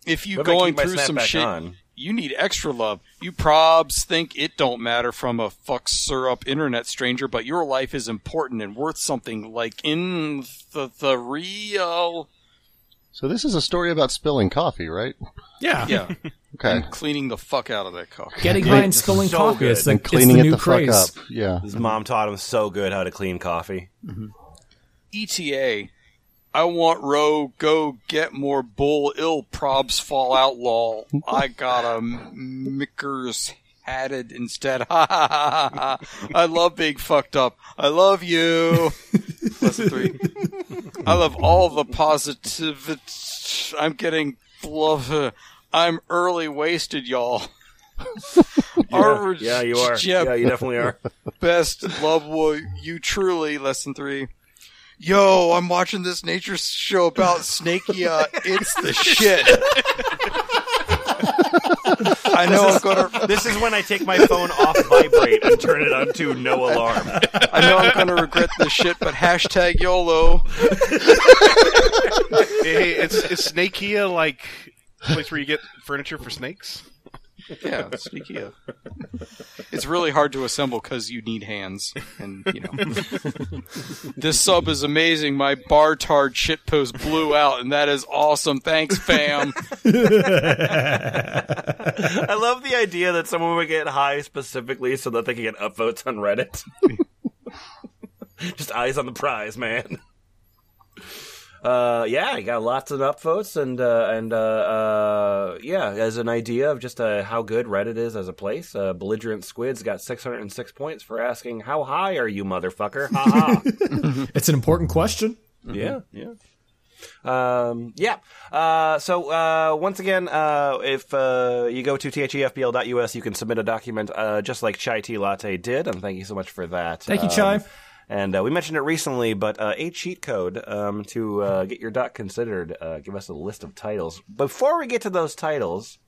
Speaker 2: if you
Speaker 1: Let me
Speaker 2: going
Speaker 1: keep my
Speaker 2: through some
Speaker 1: snapback
Speaker 2: shit.
Speaker 1: on.
Speaker 2: You need extra love. You probs think it don't matter from a fuck syrup internet stranger, but your life is important and worth something. Like in the, the real
Speaker 6: So this is a story about spilling coffee, right?
Speaker 5: Yeah.
Speaker 2: Yeah.
Speaker 6: Okay.
Speaker 2: And cleaning the fuck out of that coffee.
Speaker 5: Getting high and spilling
Speaker 1: so
Speaker 5: coffee.
Speaker 1: good.
Speaker 5: It's, like,
Speaker 6: and cleaning
Speaker 5: it's the
Speaker 6: it
Speaker 5: new
Speaker 6: the
Speaker 5: craze.
Speaker 6: fuck up. Yeah.
Speaker 1: His mom taught him so good how to clean coffee.
Speaker 2: ETA. E I want row, go get more bull, ill probs, fall out law. I got a m- mickers hatted instead. Ha ha ha ha ha. I love being fucked up. I love you. Lesson three. I love all the positivity. I'm getting love. I'm early wasted, y'all. Our
Speaker 1: yeah, you are.
Speaker 2: Jeb-
Speaker 1: Yeah, you definitely are.
Speaker 2: best love will you truly lesson three yo i'm watching this nature show about snakia it's the shit i know i'm gonna
Speaker 1: this is when I take my phone off vibrate and turn it on to no alarm.
Speaker 2: i know i'm gonna regret this shit but hashtag yolo
Speaker 4: Hey, it's is Snakia like a place where you get furniture for snakes?
Speaker 2: yeah snakia it's really hard to assemble because you need hands and you know this sub is amazing my bar tard shit post blew out and that is awesome thanks fam
Speaker 1: I love the idea that someone would get high specifically so that they can get upvotes on Reddit. Just eyes on the prize, man. Uh, yeah, you got lots of upvotes, and uh, and uh, uh, yeah, as an idea of just uh, how good Reddit is as a place. Uh, Belligerent Squids got 606 points for asking, "How high are you, motherfucker?" Ha ha.
Speaker 5: It's an important question.
Speaker 1: Yeah, Mm-hmm. yeah. Um, yeah. Uh, so uh, once again, uh, if uh, you go to thefbl.us, you can submit a document uh, just like Chai Tea Latte did, and thank you so much for that.
Speaker 5: Thank you,
Speaker 1: Um,
Speaker 5: Chai.
Speaker 1: And uh, we mentioned it recently, but uh, a cheat code um, to uh, get your doc considered. Uh, give us a list of titles. Before we get to those titles,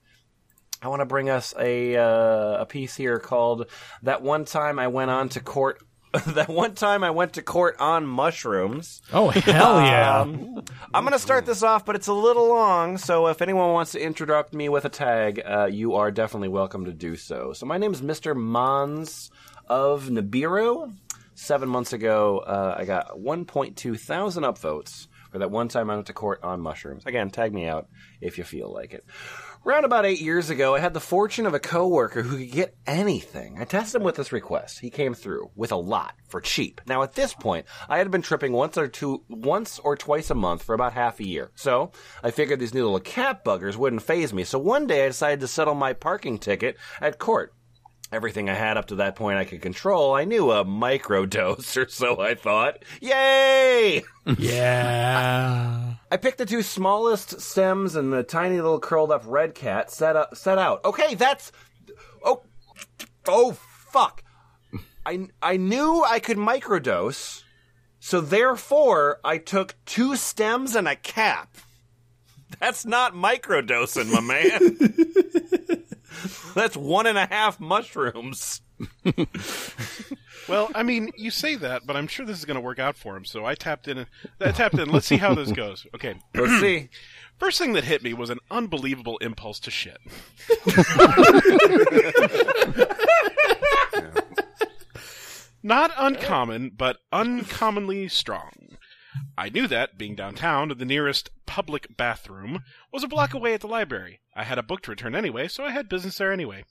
Speaker 1: I want to bring us a uh, a piece here called "That One Time I Went On to Court." that one time I went to court on mushrooms.
Speaker 5: Oh, hell yeah.
Speaker 1: I'm going to start this off, but it's a little long, so if anyone wants to interrupt me with a tag, uh, you are definitely welcome to do so. So my name is Mr. Mons of Nibiru. Seven months ago, uh, I got 1.2 thousand upvotes for that one time I went to court on mushrooms. Again, tag me out if you feel like it. Around about eight years ago, I had the fortune of a coworker who could get anything. I tested him with this request. He came through with a lot for cheap. Now, at this point, I had been tripping once or two, once or twice a month for about half a year. So I figured these new little cat buggers wouldn't phase me. So one day, I decided to settle my parking ticket at court. Everything I had up to that point I could control. I knew a microdose, or so I thought. Yay!
Speaker 5: yeah.
Speaker 1: I picked the two smallest stems and the tiny little curled up red cat set up set out. Okay, that's oh oh fuck. I I knew I could microdose, so therefore I took two stems and a cap. That's not microdosing, my man. that's one and a half mushrooms.
Speaker 4: Well, I mean, you say that, but I'm sure this is going to work out for him. So I tapped in. I tapped in. Let's see how this goes. Okay.
Speaker 1: Let's see.
Speaker 4: First thing that hit me was an unbelievable impulse to shit. Not uncommon, but uncommonly strong. I knew that, being downtown, the nearest public bathroom was a block away at the library. I had a book to return anyway, so I had business there anyway.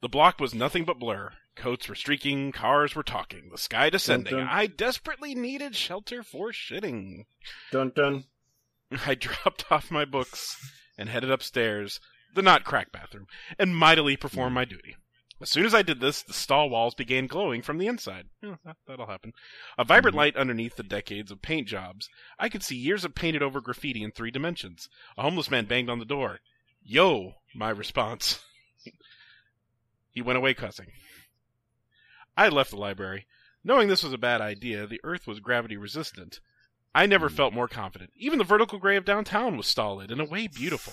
Speaker 4: The block was nothing but blur. Coats were streaking, cars were talking, the sky descending. I desperately needed shelter for shitting.
Speaker 1: Dun dun.
Speaker 4: I dropped off my books and headed upstairs, the not crack bathroom, and mightily performed my duty. As soon as I did this, the stall walls began glowing from the inside. Yeah, that- that'll happen. A vibrant light underneath the decades of paint jobs. I could see years of painted over graffiti in three dimensions. A homeless man banged on the door. Yo, my response. he went away cussing. I left the library. Knowing this was a bad idea, the earth was gravity resistant. I never
Speaker 1: Hmm.
Speaker 4: felt more confident. Even the vertical gray of downtown was stolid and a way beautiful.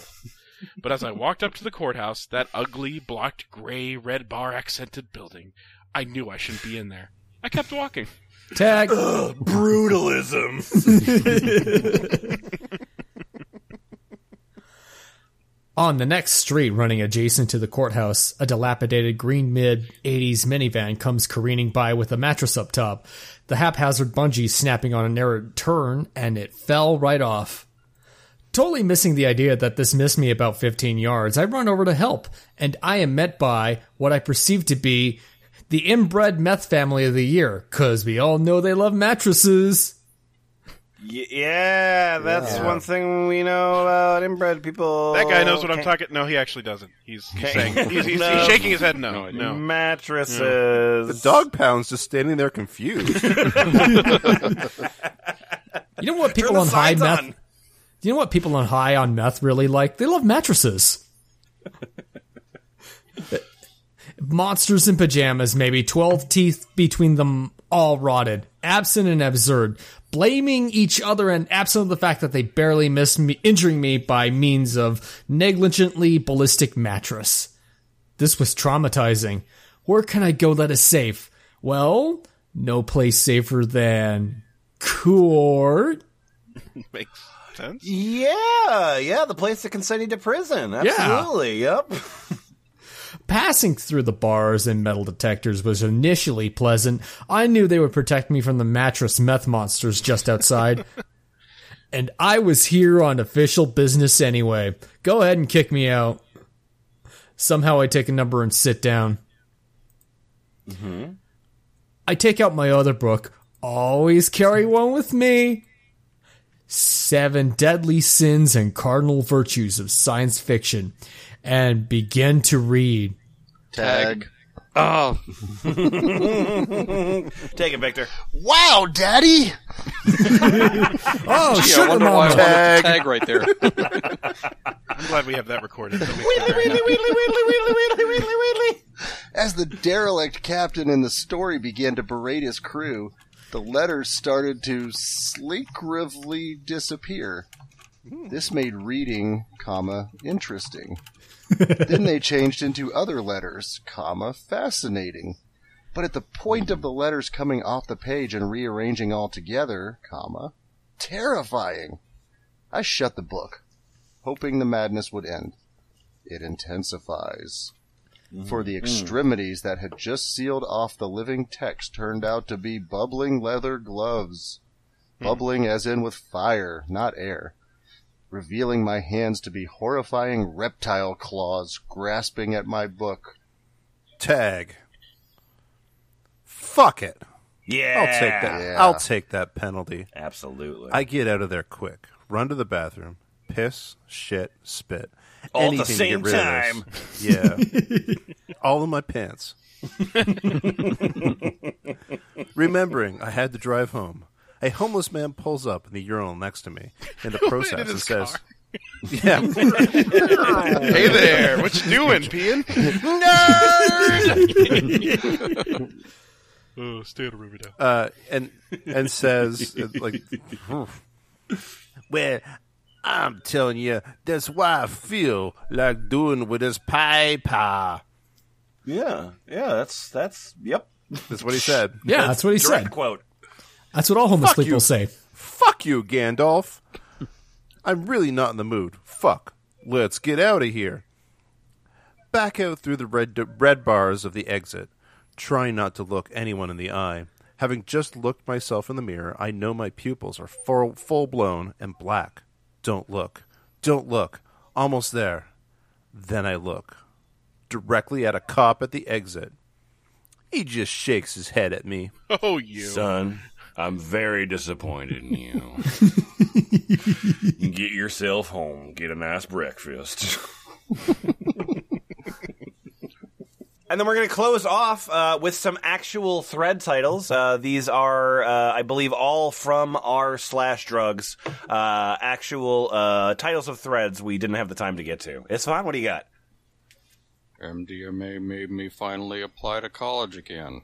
Speaker 4: but as I walked up to the courthouse, that ugly, blocked gray, red bar accented building, I knew I shouldn't be in there. I kept walking.
Speaker 5: Tag.
Speaker 1: Brutalism.
Speaker 5: On the next street running adjacent to the courthouse, a dilapidated green mid 80s minivan comes careening by with a mattress up top, the haphazard bungee snapping on an errant turn, and it fell right off. Totally missing the idea that this missed me about 15 yards, I run over to help, and I am met by what I perceive to be the inbred meth family of the year, because we all know they love mattresses.
Speaker 1: Y- yeah, that's one thing we know about inbred people.
Speaker 4: That guy knows what I'm
Speaker 1: Can't-
Speaker 4: talking. No, he actually doesn't. He's, he's
Speaker 1: Okay.
Speaker 4: saying he's, he's,
Speaker 1: No.
Speaker 4: he's shaking his head. No,
Speaker 2: idea.
Speaker 4: no.
Speaker 1: Mattresses.
Speaker 7: The dog pound's just standing there confused.
Speaker 5: You know
Speaker 1: Turn
Speaker 5: what people
Speaker 1: the
Speaker 5: on high
Speaker 1: sides
Speaker 5: meth?
Speaker 1: on.
Speaker 5: You know what people on high on meth really like? They love mattresses. Monsters in pajamas, maybe 12 teeth between them, all rotted. Absent and absurd. Blaming each other and absent of the fact that they barely missed me, injuring me by means of negligently ballistic mattress. This was traumatizing. Where can I go that is safe? Well, no place safer than court.
Speaker 4: Makes sense.
Speaker 1: Yeah, yeah, the place that can send you to prison. Absolutely. Yep.
Speaker 5: Passing through the bars and metal detectors was initially pleasant. I knew they would protect me from the mattress meth monsters just outside. and I was here on official business anyway. Go ahead and kick me out. Somehow I take a number and sit down. I take out my other book. Always carry one with me. Seven Deadly Sins and Cardinal Virtues of Science Fiction. And begin to read.
Speaker 6: Tag.
Speaker 2: Oh,
Speaker 1: Mm. Take it, Victor.
Speaker 6: Wow, Daddy!
Speaker 5: Oh,
Speaker 2: gee, I
Speaker 5: sugar
Speaker 2: wonder why I
Speaker 5: mama.
Speaker 2: wanted the tag right there.
Speaker 4: I'm glad we have that recorded. That makes me very
Speaker 1: Wheedly,
Speaker 4: happy.
Speaker 1: wheedly, wheedly, wheedly, wheedly, wheedly, wheedly.
Speaker 6: As the derelict captain in the story began to berate his crew, the letters started to sleekrively disappear. This made reading, comma, interesting. then they changed into other letters, comma, fascinating. But at the point of the letters coming off the page and rearranging altogether, comma, terrifying. I shut the book, hoping the madness would end. It intensifies
Speaker 2: Mm-hmm.
Speaker 6: for
Speaker 2: Mm.
Speaker 6: the extremities that had just sealed off the living text turned out to be bubbling leather gloves.
Speaker 2: Hmm.
Speaker 6: Bubbling as in with fire, not air. Revealing my hands to be horrifying reptile claws grasping at my book.
Speaker 7: Tag. Fuck it.
Speaker 1: Yeah.
Speaker 7: I'll take that.
Speaker 6: Yeah.
Speaker 7: I'll take that penalty.
Speaker 1: Absolutely.
Speaker 7: I get out of there quick. Run to the bathroom. Piss, shit, spit.
Speaker 1: All at the
Speaker 7: Anything
Speaker 1: same
Speaker 7: to get rid Of this. yeah. All in my pants. Remembering I had to drive home. A homeless man pulls up in the urinal next to me in the process and
Speaker 4: his
Speaker 7: says,
Speaker 4: car.
Speaker 7: "Yeah,
Speaker 4: Hey there, what you doing, peeing? Oh, stay out of Riverdale.
Speaker 7: uh, and and says uh, like, "Well, I'm telling you, that's why I feel like doing with this paper."
Speaker 1: yeah. Yeah, that's, that's, yep.
Speaker 7: That's what he said.
Speaker 5: Yeah, that's what he
Speaker 1: Direct
Speaker 5: said.
Speaker 1: quote.
Speaker 5: That's what all homeless
Speaker 7: Fuck
Speaker 5: people
Speaker 7: you.
Speaker 5: say.
Speaker 7: Fuck you, Gandalf. I'm really not in the mood. Fuck. Let's get out of here. Back out through the red, red bars of the exit, trying not to look anyone in the eye. Having just looked myself in the mirror, I know my pupils are full, full blown and black. Don't look. Don't look. Almost there. Then I look. Directly at a cop at the exit. He just shakes his head at me.
Speaker 4: Oh, you.
Speaker 1: Son, I'm very disappointed in you. get yourself home. Get a nice breakfast. And then we're going to close off uh, with some actual thread titles. Uh, these are, uh, I believe, all from r slash drugs. Uh, actual uh, titles of threads we didn't have the time to get to. It's fine. What do you got?
Speaker 2: MDMA made me finally apply to college again.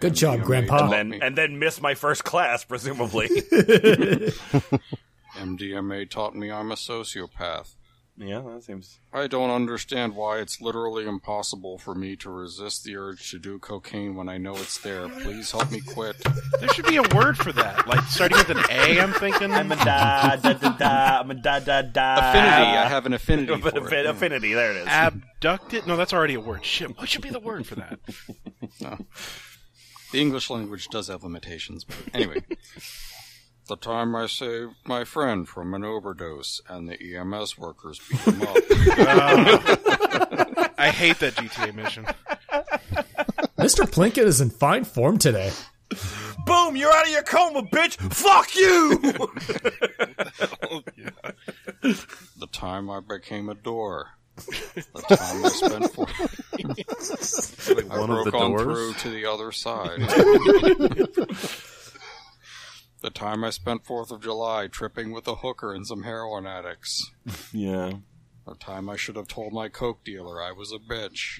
Speaker 5: Good job,
Speaker 2: MDMA
Speaker 5: Grandpa.
Speaker 2: taught
Speaker 1: And
Speaker 2: me-
Speaker 1: and then miss my first class, presumably.
Speaker 2: MDMA taught me I'm a sociopath.
Speaker 1: yeah, that seems.
Speaker 2: I don't understand why it's literally impossible for me to resist the urge to do cocaine when I know it's there. Please help me quit.
Speaker 4: There should be a word for that, like starting with an A. I'm thinking.
Speaker 1: I'm a da da da da. I'm a da da da.
Speaker 2: Affinity. I have an affinity
Speaker 1: But
Speaker 2: for it.
Speaker 1: affi- affinity. There it is.
Speaker 4: Abducted? No, that's already a word. Shit, what should be the word for that?
Speaker 2: The English language does have limitations, but anyway. The time I saved my friend from an overdose and the EMS workers beat him up.
Speaker 4: I hate that GTA mission.
Speaker 5: Mr. Plinkett is in fine form today.
Speaker 1: Boom! You're out of your coma, bitch. Fuck you.
Speaker 2: the time I became a door. The time I spent for I
Speaker 7: One of
Speaker 2: broke
Speaker 7: the
Speaker 2: on
Speaker 7: doors.
Speaker 2: through to the other side. the time I spent Fourth of July tripping with a hooker and some heroin addicts.
Speaker 1: yeah.
Speaker 2: The time I should have told my coke dealer I was a bitch.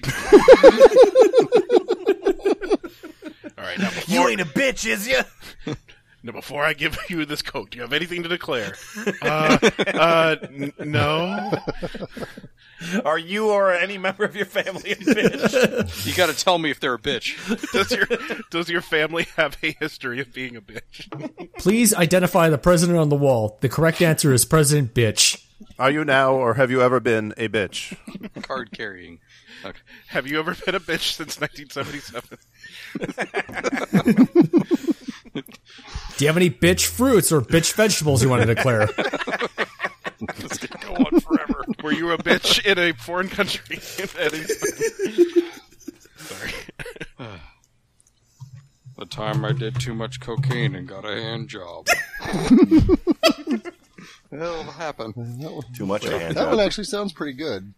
Speaker 4: All right, now before,
Speaker 1: You ain't a bitch, is you?
Speaker 4: now before I give you this coke, do you have anything to declare? Uh, uh, n- no.
Speaker 1: Are you or any member of your family a bitch?
Speaker 2: You got to tell me if they're a bitch.
Speaker 4: Does your does your family have a history of being a bitch?
Speaker 5: Please identify the president on the wall. The correct answer is President Bitch.
Speaker 7: Are you now or have you ever been a bitch?
Speaker 2: Card carrying. Okay.
Speaker 4: Have you ever been a bitch since 1977?
Speaker 5: Do you have any bitch fruits or bitch vegetables you want to declare?
Speaker 2: This could go on forever.
Speaker 4: Were you a bitch in a foreign country? At any time? Sorry.
Speaker 2: The time I did too much cocaine and got a hand job. It'll happen.
Speaker 1: Too much of a hand
Speaker 6: That one
Speaker 1: job.
Speaker 6: actually sounds pretty good.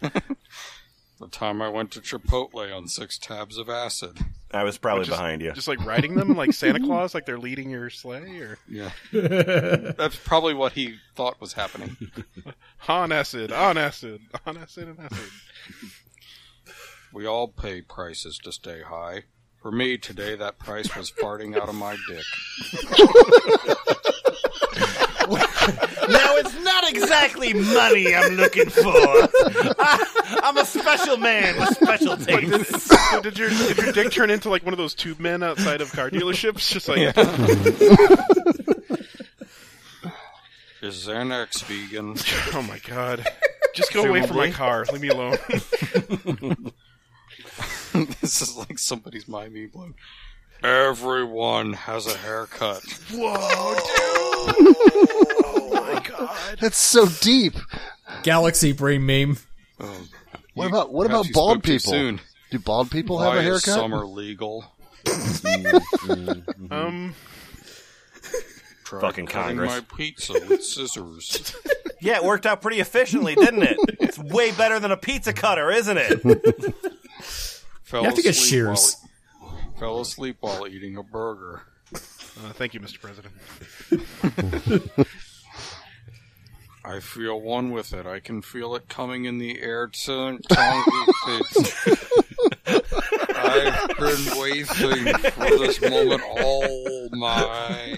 Speaker 2: The time I went to Chipotle on six tabs of acid.
Speaker 1: I was probably behind you.
Speaker 4: Just like riding them like Santa Claus, like they're leading your sleigh, or
Speaker 2: Yeah. That's probably what he thought was happening.
Speaker 4: on acid, on acid, on acid, and acid.
Speaker 2: We all pay prices to stay high. For me, today that price was farting out of my dick.
Speaker 1: Now it's not exactly money I'm looking for. I, I'm a special man with special tastes.
Speaker 4: So did your did your dick turn into like one of those tube men outside of car dealerships? Just like
Speaker 2: Is Xanax vegan?
Speaker 4: oh my god, just go away from my car. Leave me alone.
Speaker 2: this is like somebody's mind being blown. Everyone has a haircut.
Speaker 6: That's so deep.
Speaker 5: Galaxy brain meme.
Speaker 6: What about what
Speaker 2: Perhaps
Speaker 6: about
Speaker 2: you
Speaker 6: bald
Speaker 2: spoke too
Speaker 6: people?
Speaker 2: Soon.
Speaker 6: Do bald people
Speaker 2: Why
Speaker 6: have a
Speaker 2: is
Speaker 6: haircut?
Speaker 2: summer legal?
Speaker 4: Um,
Speaker 2: Try
Speaker 1: Fucking
Speaker 2: cutting
Speaker 1: Congress.
Speaker 2: my pizza with scissors.
Speaker 1: Yeah, it worked out pretty efficiently, didn't it? It's way better than a pizza cutter, isn't it?
Speaker 2: Fell
Speaker 5: You have to get
Speaker 2: asleep while- e-,
Speaker 5: shears.
Speaker 2: fell asleep while eating a burger.
Speaker 4: uh, thank you, Mr. President.
Speaker 2: I feel one with it. I can feel it coming in the air. Tongue, tongue, it's- I've been waiting for this moment all my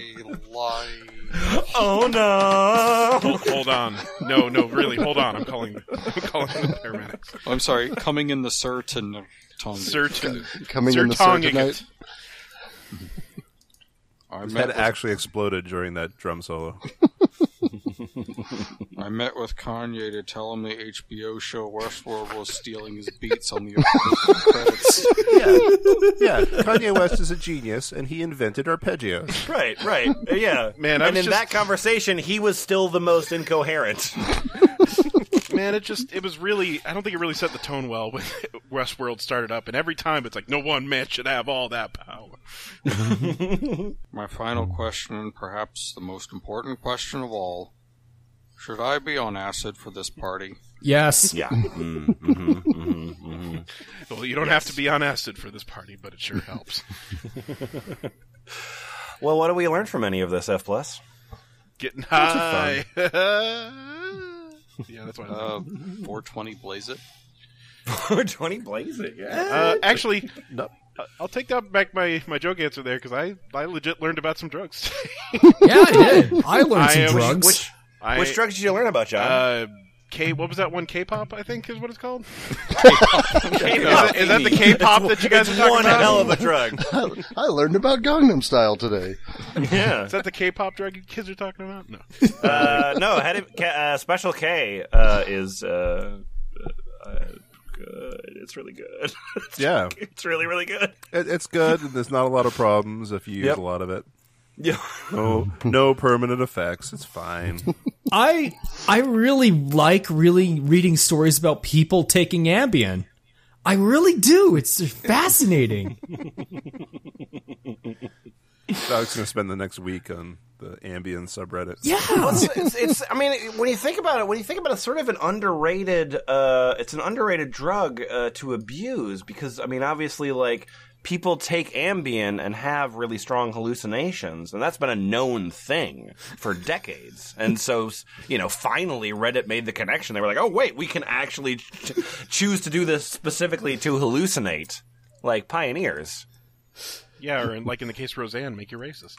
Speaker 2: life.
Speaker 1: oh no!
Speaker 4: Hold, hold on. No, no, really, hold on. I'm calling. I'm calling the paramedics.
Speaker 2: I'm sorry, coming in the certain tongue.
Speaker 4: Certain.
Speaker 6: Coming in the store
Speaker 4: Sertonging
Speaker 6: tonight.
Speaker 2: I
Speaker 7: That
Speaker 2: met, with,
Speaker 7: actually exploded during that drum solo.
Speaker 2: I met with Kanye to tell him the HBO show Westworld was stealing his beats on the opening credits.
Speaker 7: yeah, Kanye West is a genius, and he invented arpeggios.
Speaker 1: Right, right, yeah.
Speaker 4: Man, I
Speaker 1: and
Speaker 4: was
Speaker 1: in
Speaker 4: just-
Speaker 1: that conversation, he was still the most incoherent.
Speaker 4: Man, it just it was really I don't think it really set the tone well when Westworld started up and every time it's like no one man should have all that power.
Speaker 2: My final question, and perhaps the most important question of all should I be on acid for this party?
Speaker 5: Yes.
Speaker 1: Yeah.
Speaker 4: Well, you don't have to be on acid for this party, but it sure helps.
Speaker 1: Well, what do we learn from any of this, F plus?
Speaker 4: Getting high. yeah, that's what I
Speaker 2: Uh, 420 blaze it.
Speaker 1: 420 blaze it, yeah.
Speaker 4: uh, actually
Speaker 7: No.
Speaker 4: I- I'll take that back my, my joke answer there because I, I legit learned about some drugs.
Speaker 5: Yeah, I did. I learned
Speaker 4: I
Speaker 5: some
Speaker 4: am-
Speaker 5: drugs.
Speaker 1: Which
Speaker 4: I,
Speaker 1: which drugs did you learn about, John?
Speaker 4: Uh, K, what was that one? K-pop, I think, is what it's called. Is that- is that the K-pop that you guys are talking
Speaker 1: One
Speaker 4: about?
Speaker 1: hell of a drug.
Speaker 6: I, I learned about Gangnam Style today.
Speaker 1: yeah.
Speaker 4: Is that the K-pop drug you kids are talking about? No.
Speaker 1: Uh, no, head of, K, uh, Special K uh, is uh, uh, good. It's really good.
Speaker 7: Yeah,
Speaker 1: it's really, really good.
Speaker 7: it, it's good, and there's not a lot of problems if you use
Speaker 1: Yep.
Speaker 7: a lot of it. No, no permanent effects. It's fine.
Speaker 5: I I really like really reading stories about people taking Ambien. I really do. It's fascinating.
Speaker 7: Doug's gonna spend the next week on the Ambien subreddit.
Speaker 5: yeah.
Speaker 8: it's, it's I mean when you think about it when you think about it it's sort of an underrated uh, it's an underrated drug uh, to abuse because I mean obviously like people take Ambien and have really strong hallucinations and that's been a known thing for decades and so you know finally Reddit made the connection they were like oh wait we can actually ch- choose to do this specifically to hallucinate like pioneers
Speaker 4: Yeah, or in, like in the case of Roseanne, make you racist.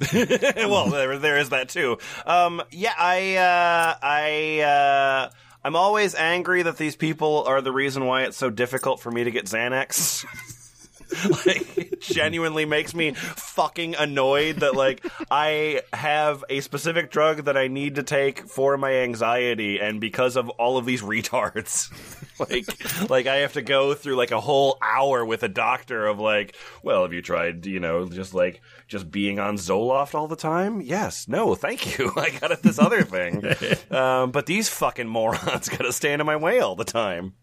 Speaker 8: well, there, there is that too. Um, yeah, I, uh, I, uh, I'm always angry that these people are the reason why it's so difficult for me to get Xanax. like, it genuinely makes me fucking annoyed that like I have a specific drug that I need to take for my anxiety, and because of all of these retards, like like I have to go through like a whole hour with a doctor of like, well, have you tried you know just like just being on Zoloft all the time? Yes, no, thank you. I got at this other thing, um, but these fucking morons got to stand in my way all the time.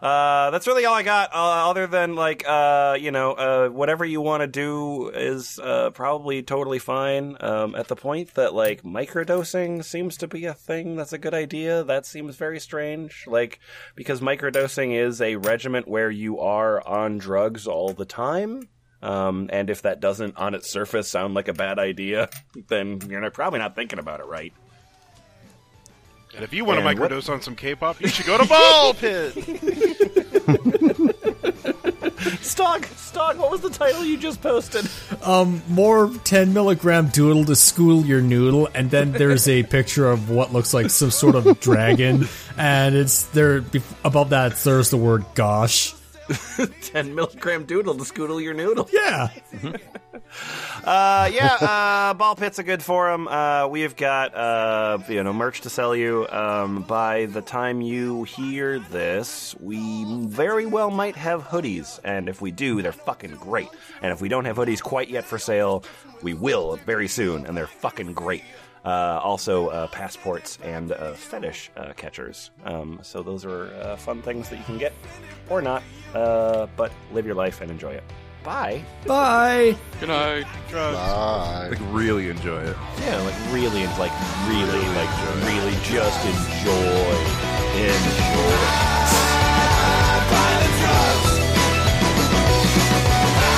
Speaker 8: Uh, that's really all I got. Uh, other than like, uh, you know, uh, whatever you want to do is uh, probably totally fine. Um, at the point that like microdosing seems to be a thing that's a good idea. That seems very strange, like because microdosing is a regiment where you are on drugs all the time. Um, and if that doesn't on its surface sound like a bad idea, then you're not, probably not thinking about it right.
Speaker 4: And if you want
Speaker 8: And
Speaker 4: to
Speaker 8: what-
Speaker 4: microdose on some K-pop, you should go to Ball Pit.
Speaker 8: Stog, Stog, what was the title you just posted?
Speaker 5: More 10 milligram doodle to school your noodle, and then there's a picture of what looks like some sort of dragon, and it's there bef- above that. There's the word "gosh."
Speaker 8: 10 milligram doodle to scoodle your noodle.
Speaker 5: Yeah,
Speaker 8: Uh, yeah, uh, Ball Pit's a good forum. Uh, we've got uh, you know merch to sell you. Um, by the time you hear this, we very well might have hoodies, and if we do, they're fucking great. And if we don't have hoodies quite yet for sale, we will very soon, and they're fucking great. Uh, also, uh, passports and uh, fetish uh, catchers. Um, so those are uh, fun things that you can get or not, uh, but live your life and enjoy it. Bye.
Speaker 5: bye.
Speaker 2: Good night.
Speaker 6: Bye.
Speaker 7: Like really enjoy it.
Speaker 8: Yeah, like really, like really, like really, just enjoy, enjoy.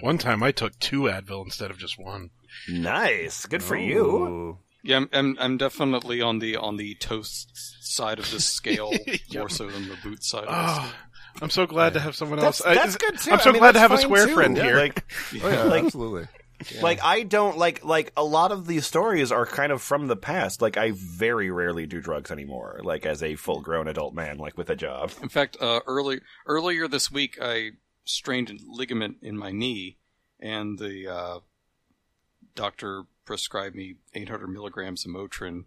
Speaker 4: One time I took two Advil instead of just one.
Speaker 8: Nice, good for you.
Speaker 7: Ooh.
Speaker 2: Yeah, I'm, I'm I'm definitely on the on the toast side of this scale more so than the boot side. Of this.
Speaker 4: Oh, I'm so glad to have someone
Speaker 8: That's,
Speaker 4: else. I-
Speaker 8: that's good too.
Speaker 4: I'm so
Speaker 8: I mean,
Speaker 4: glad to have
Speaker 8: that's
Speaker 4: a
Speaker 8: fine,
Speaker 4: square
Speaker 8: too.
Speaker 4: friend
Speaker 8: Yeah,
Speaker 4: here.
Speaker 8: Like,
Speaker 7: Oh, yeah,
Speaker 8: Like-
Speaker 7: absolutely.
Speaker 8: like I don't like like a lot of these stories are kind of from the past. Like I very rarely do drugs anymore. Like as a full grown adult man, like with a job.
Speaker 2: In fact, uh, early earlier this week, I strained a ligament in my knee, and the uh, doctor prescribed me 800 milligrams of Motrin.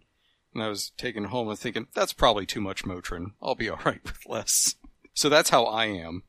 Speaker 2: And I was taken home and thinking that's probably too much Motrin. I'll be all right with less. So that's how I am.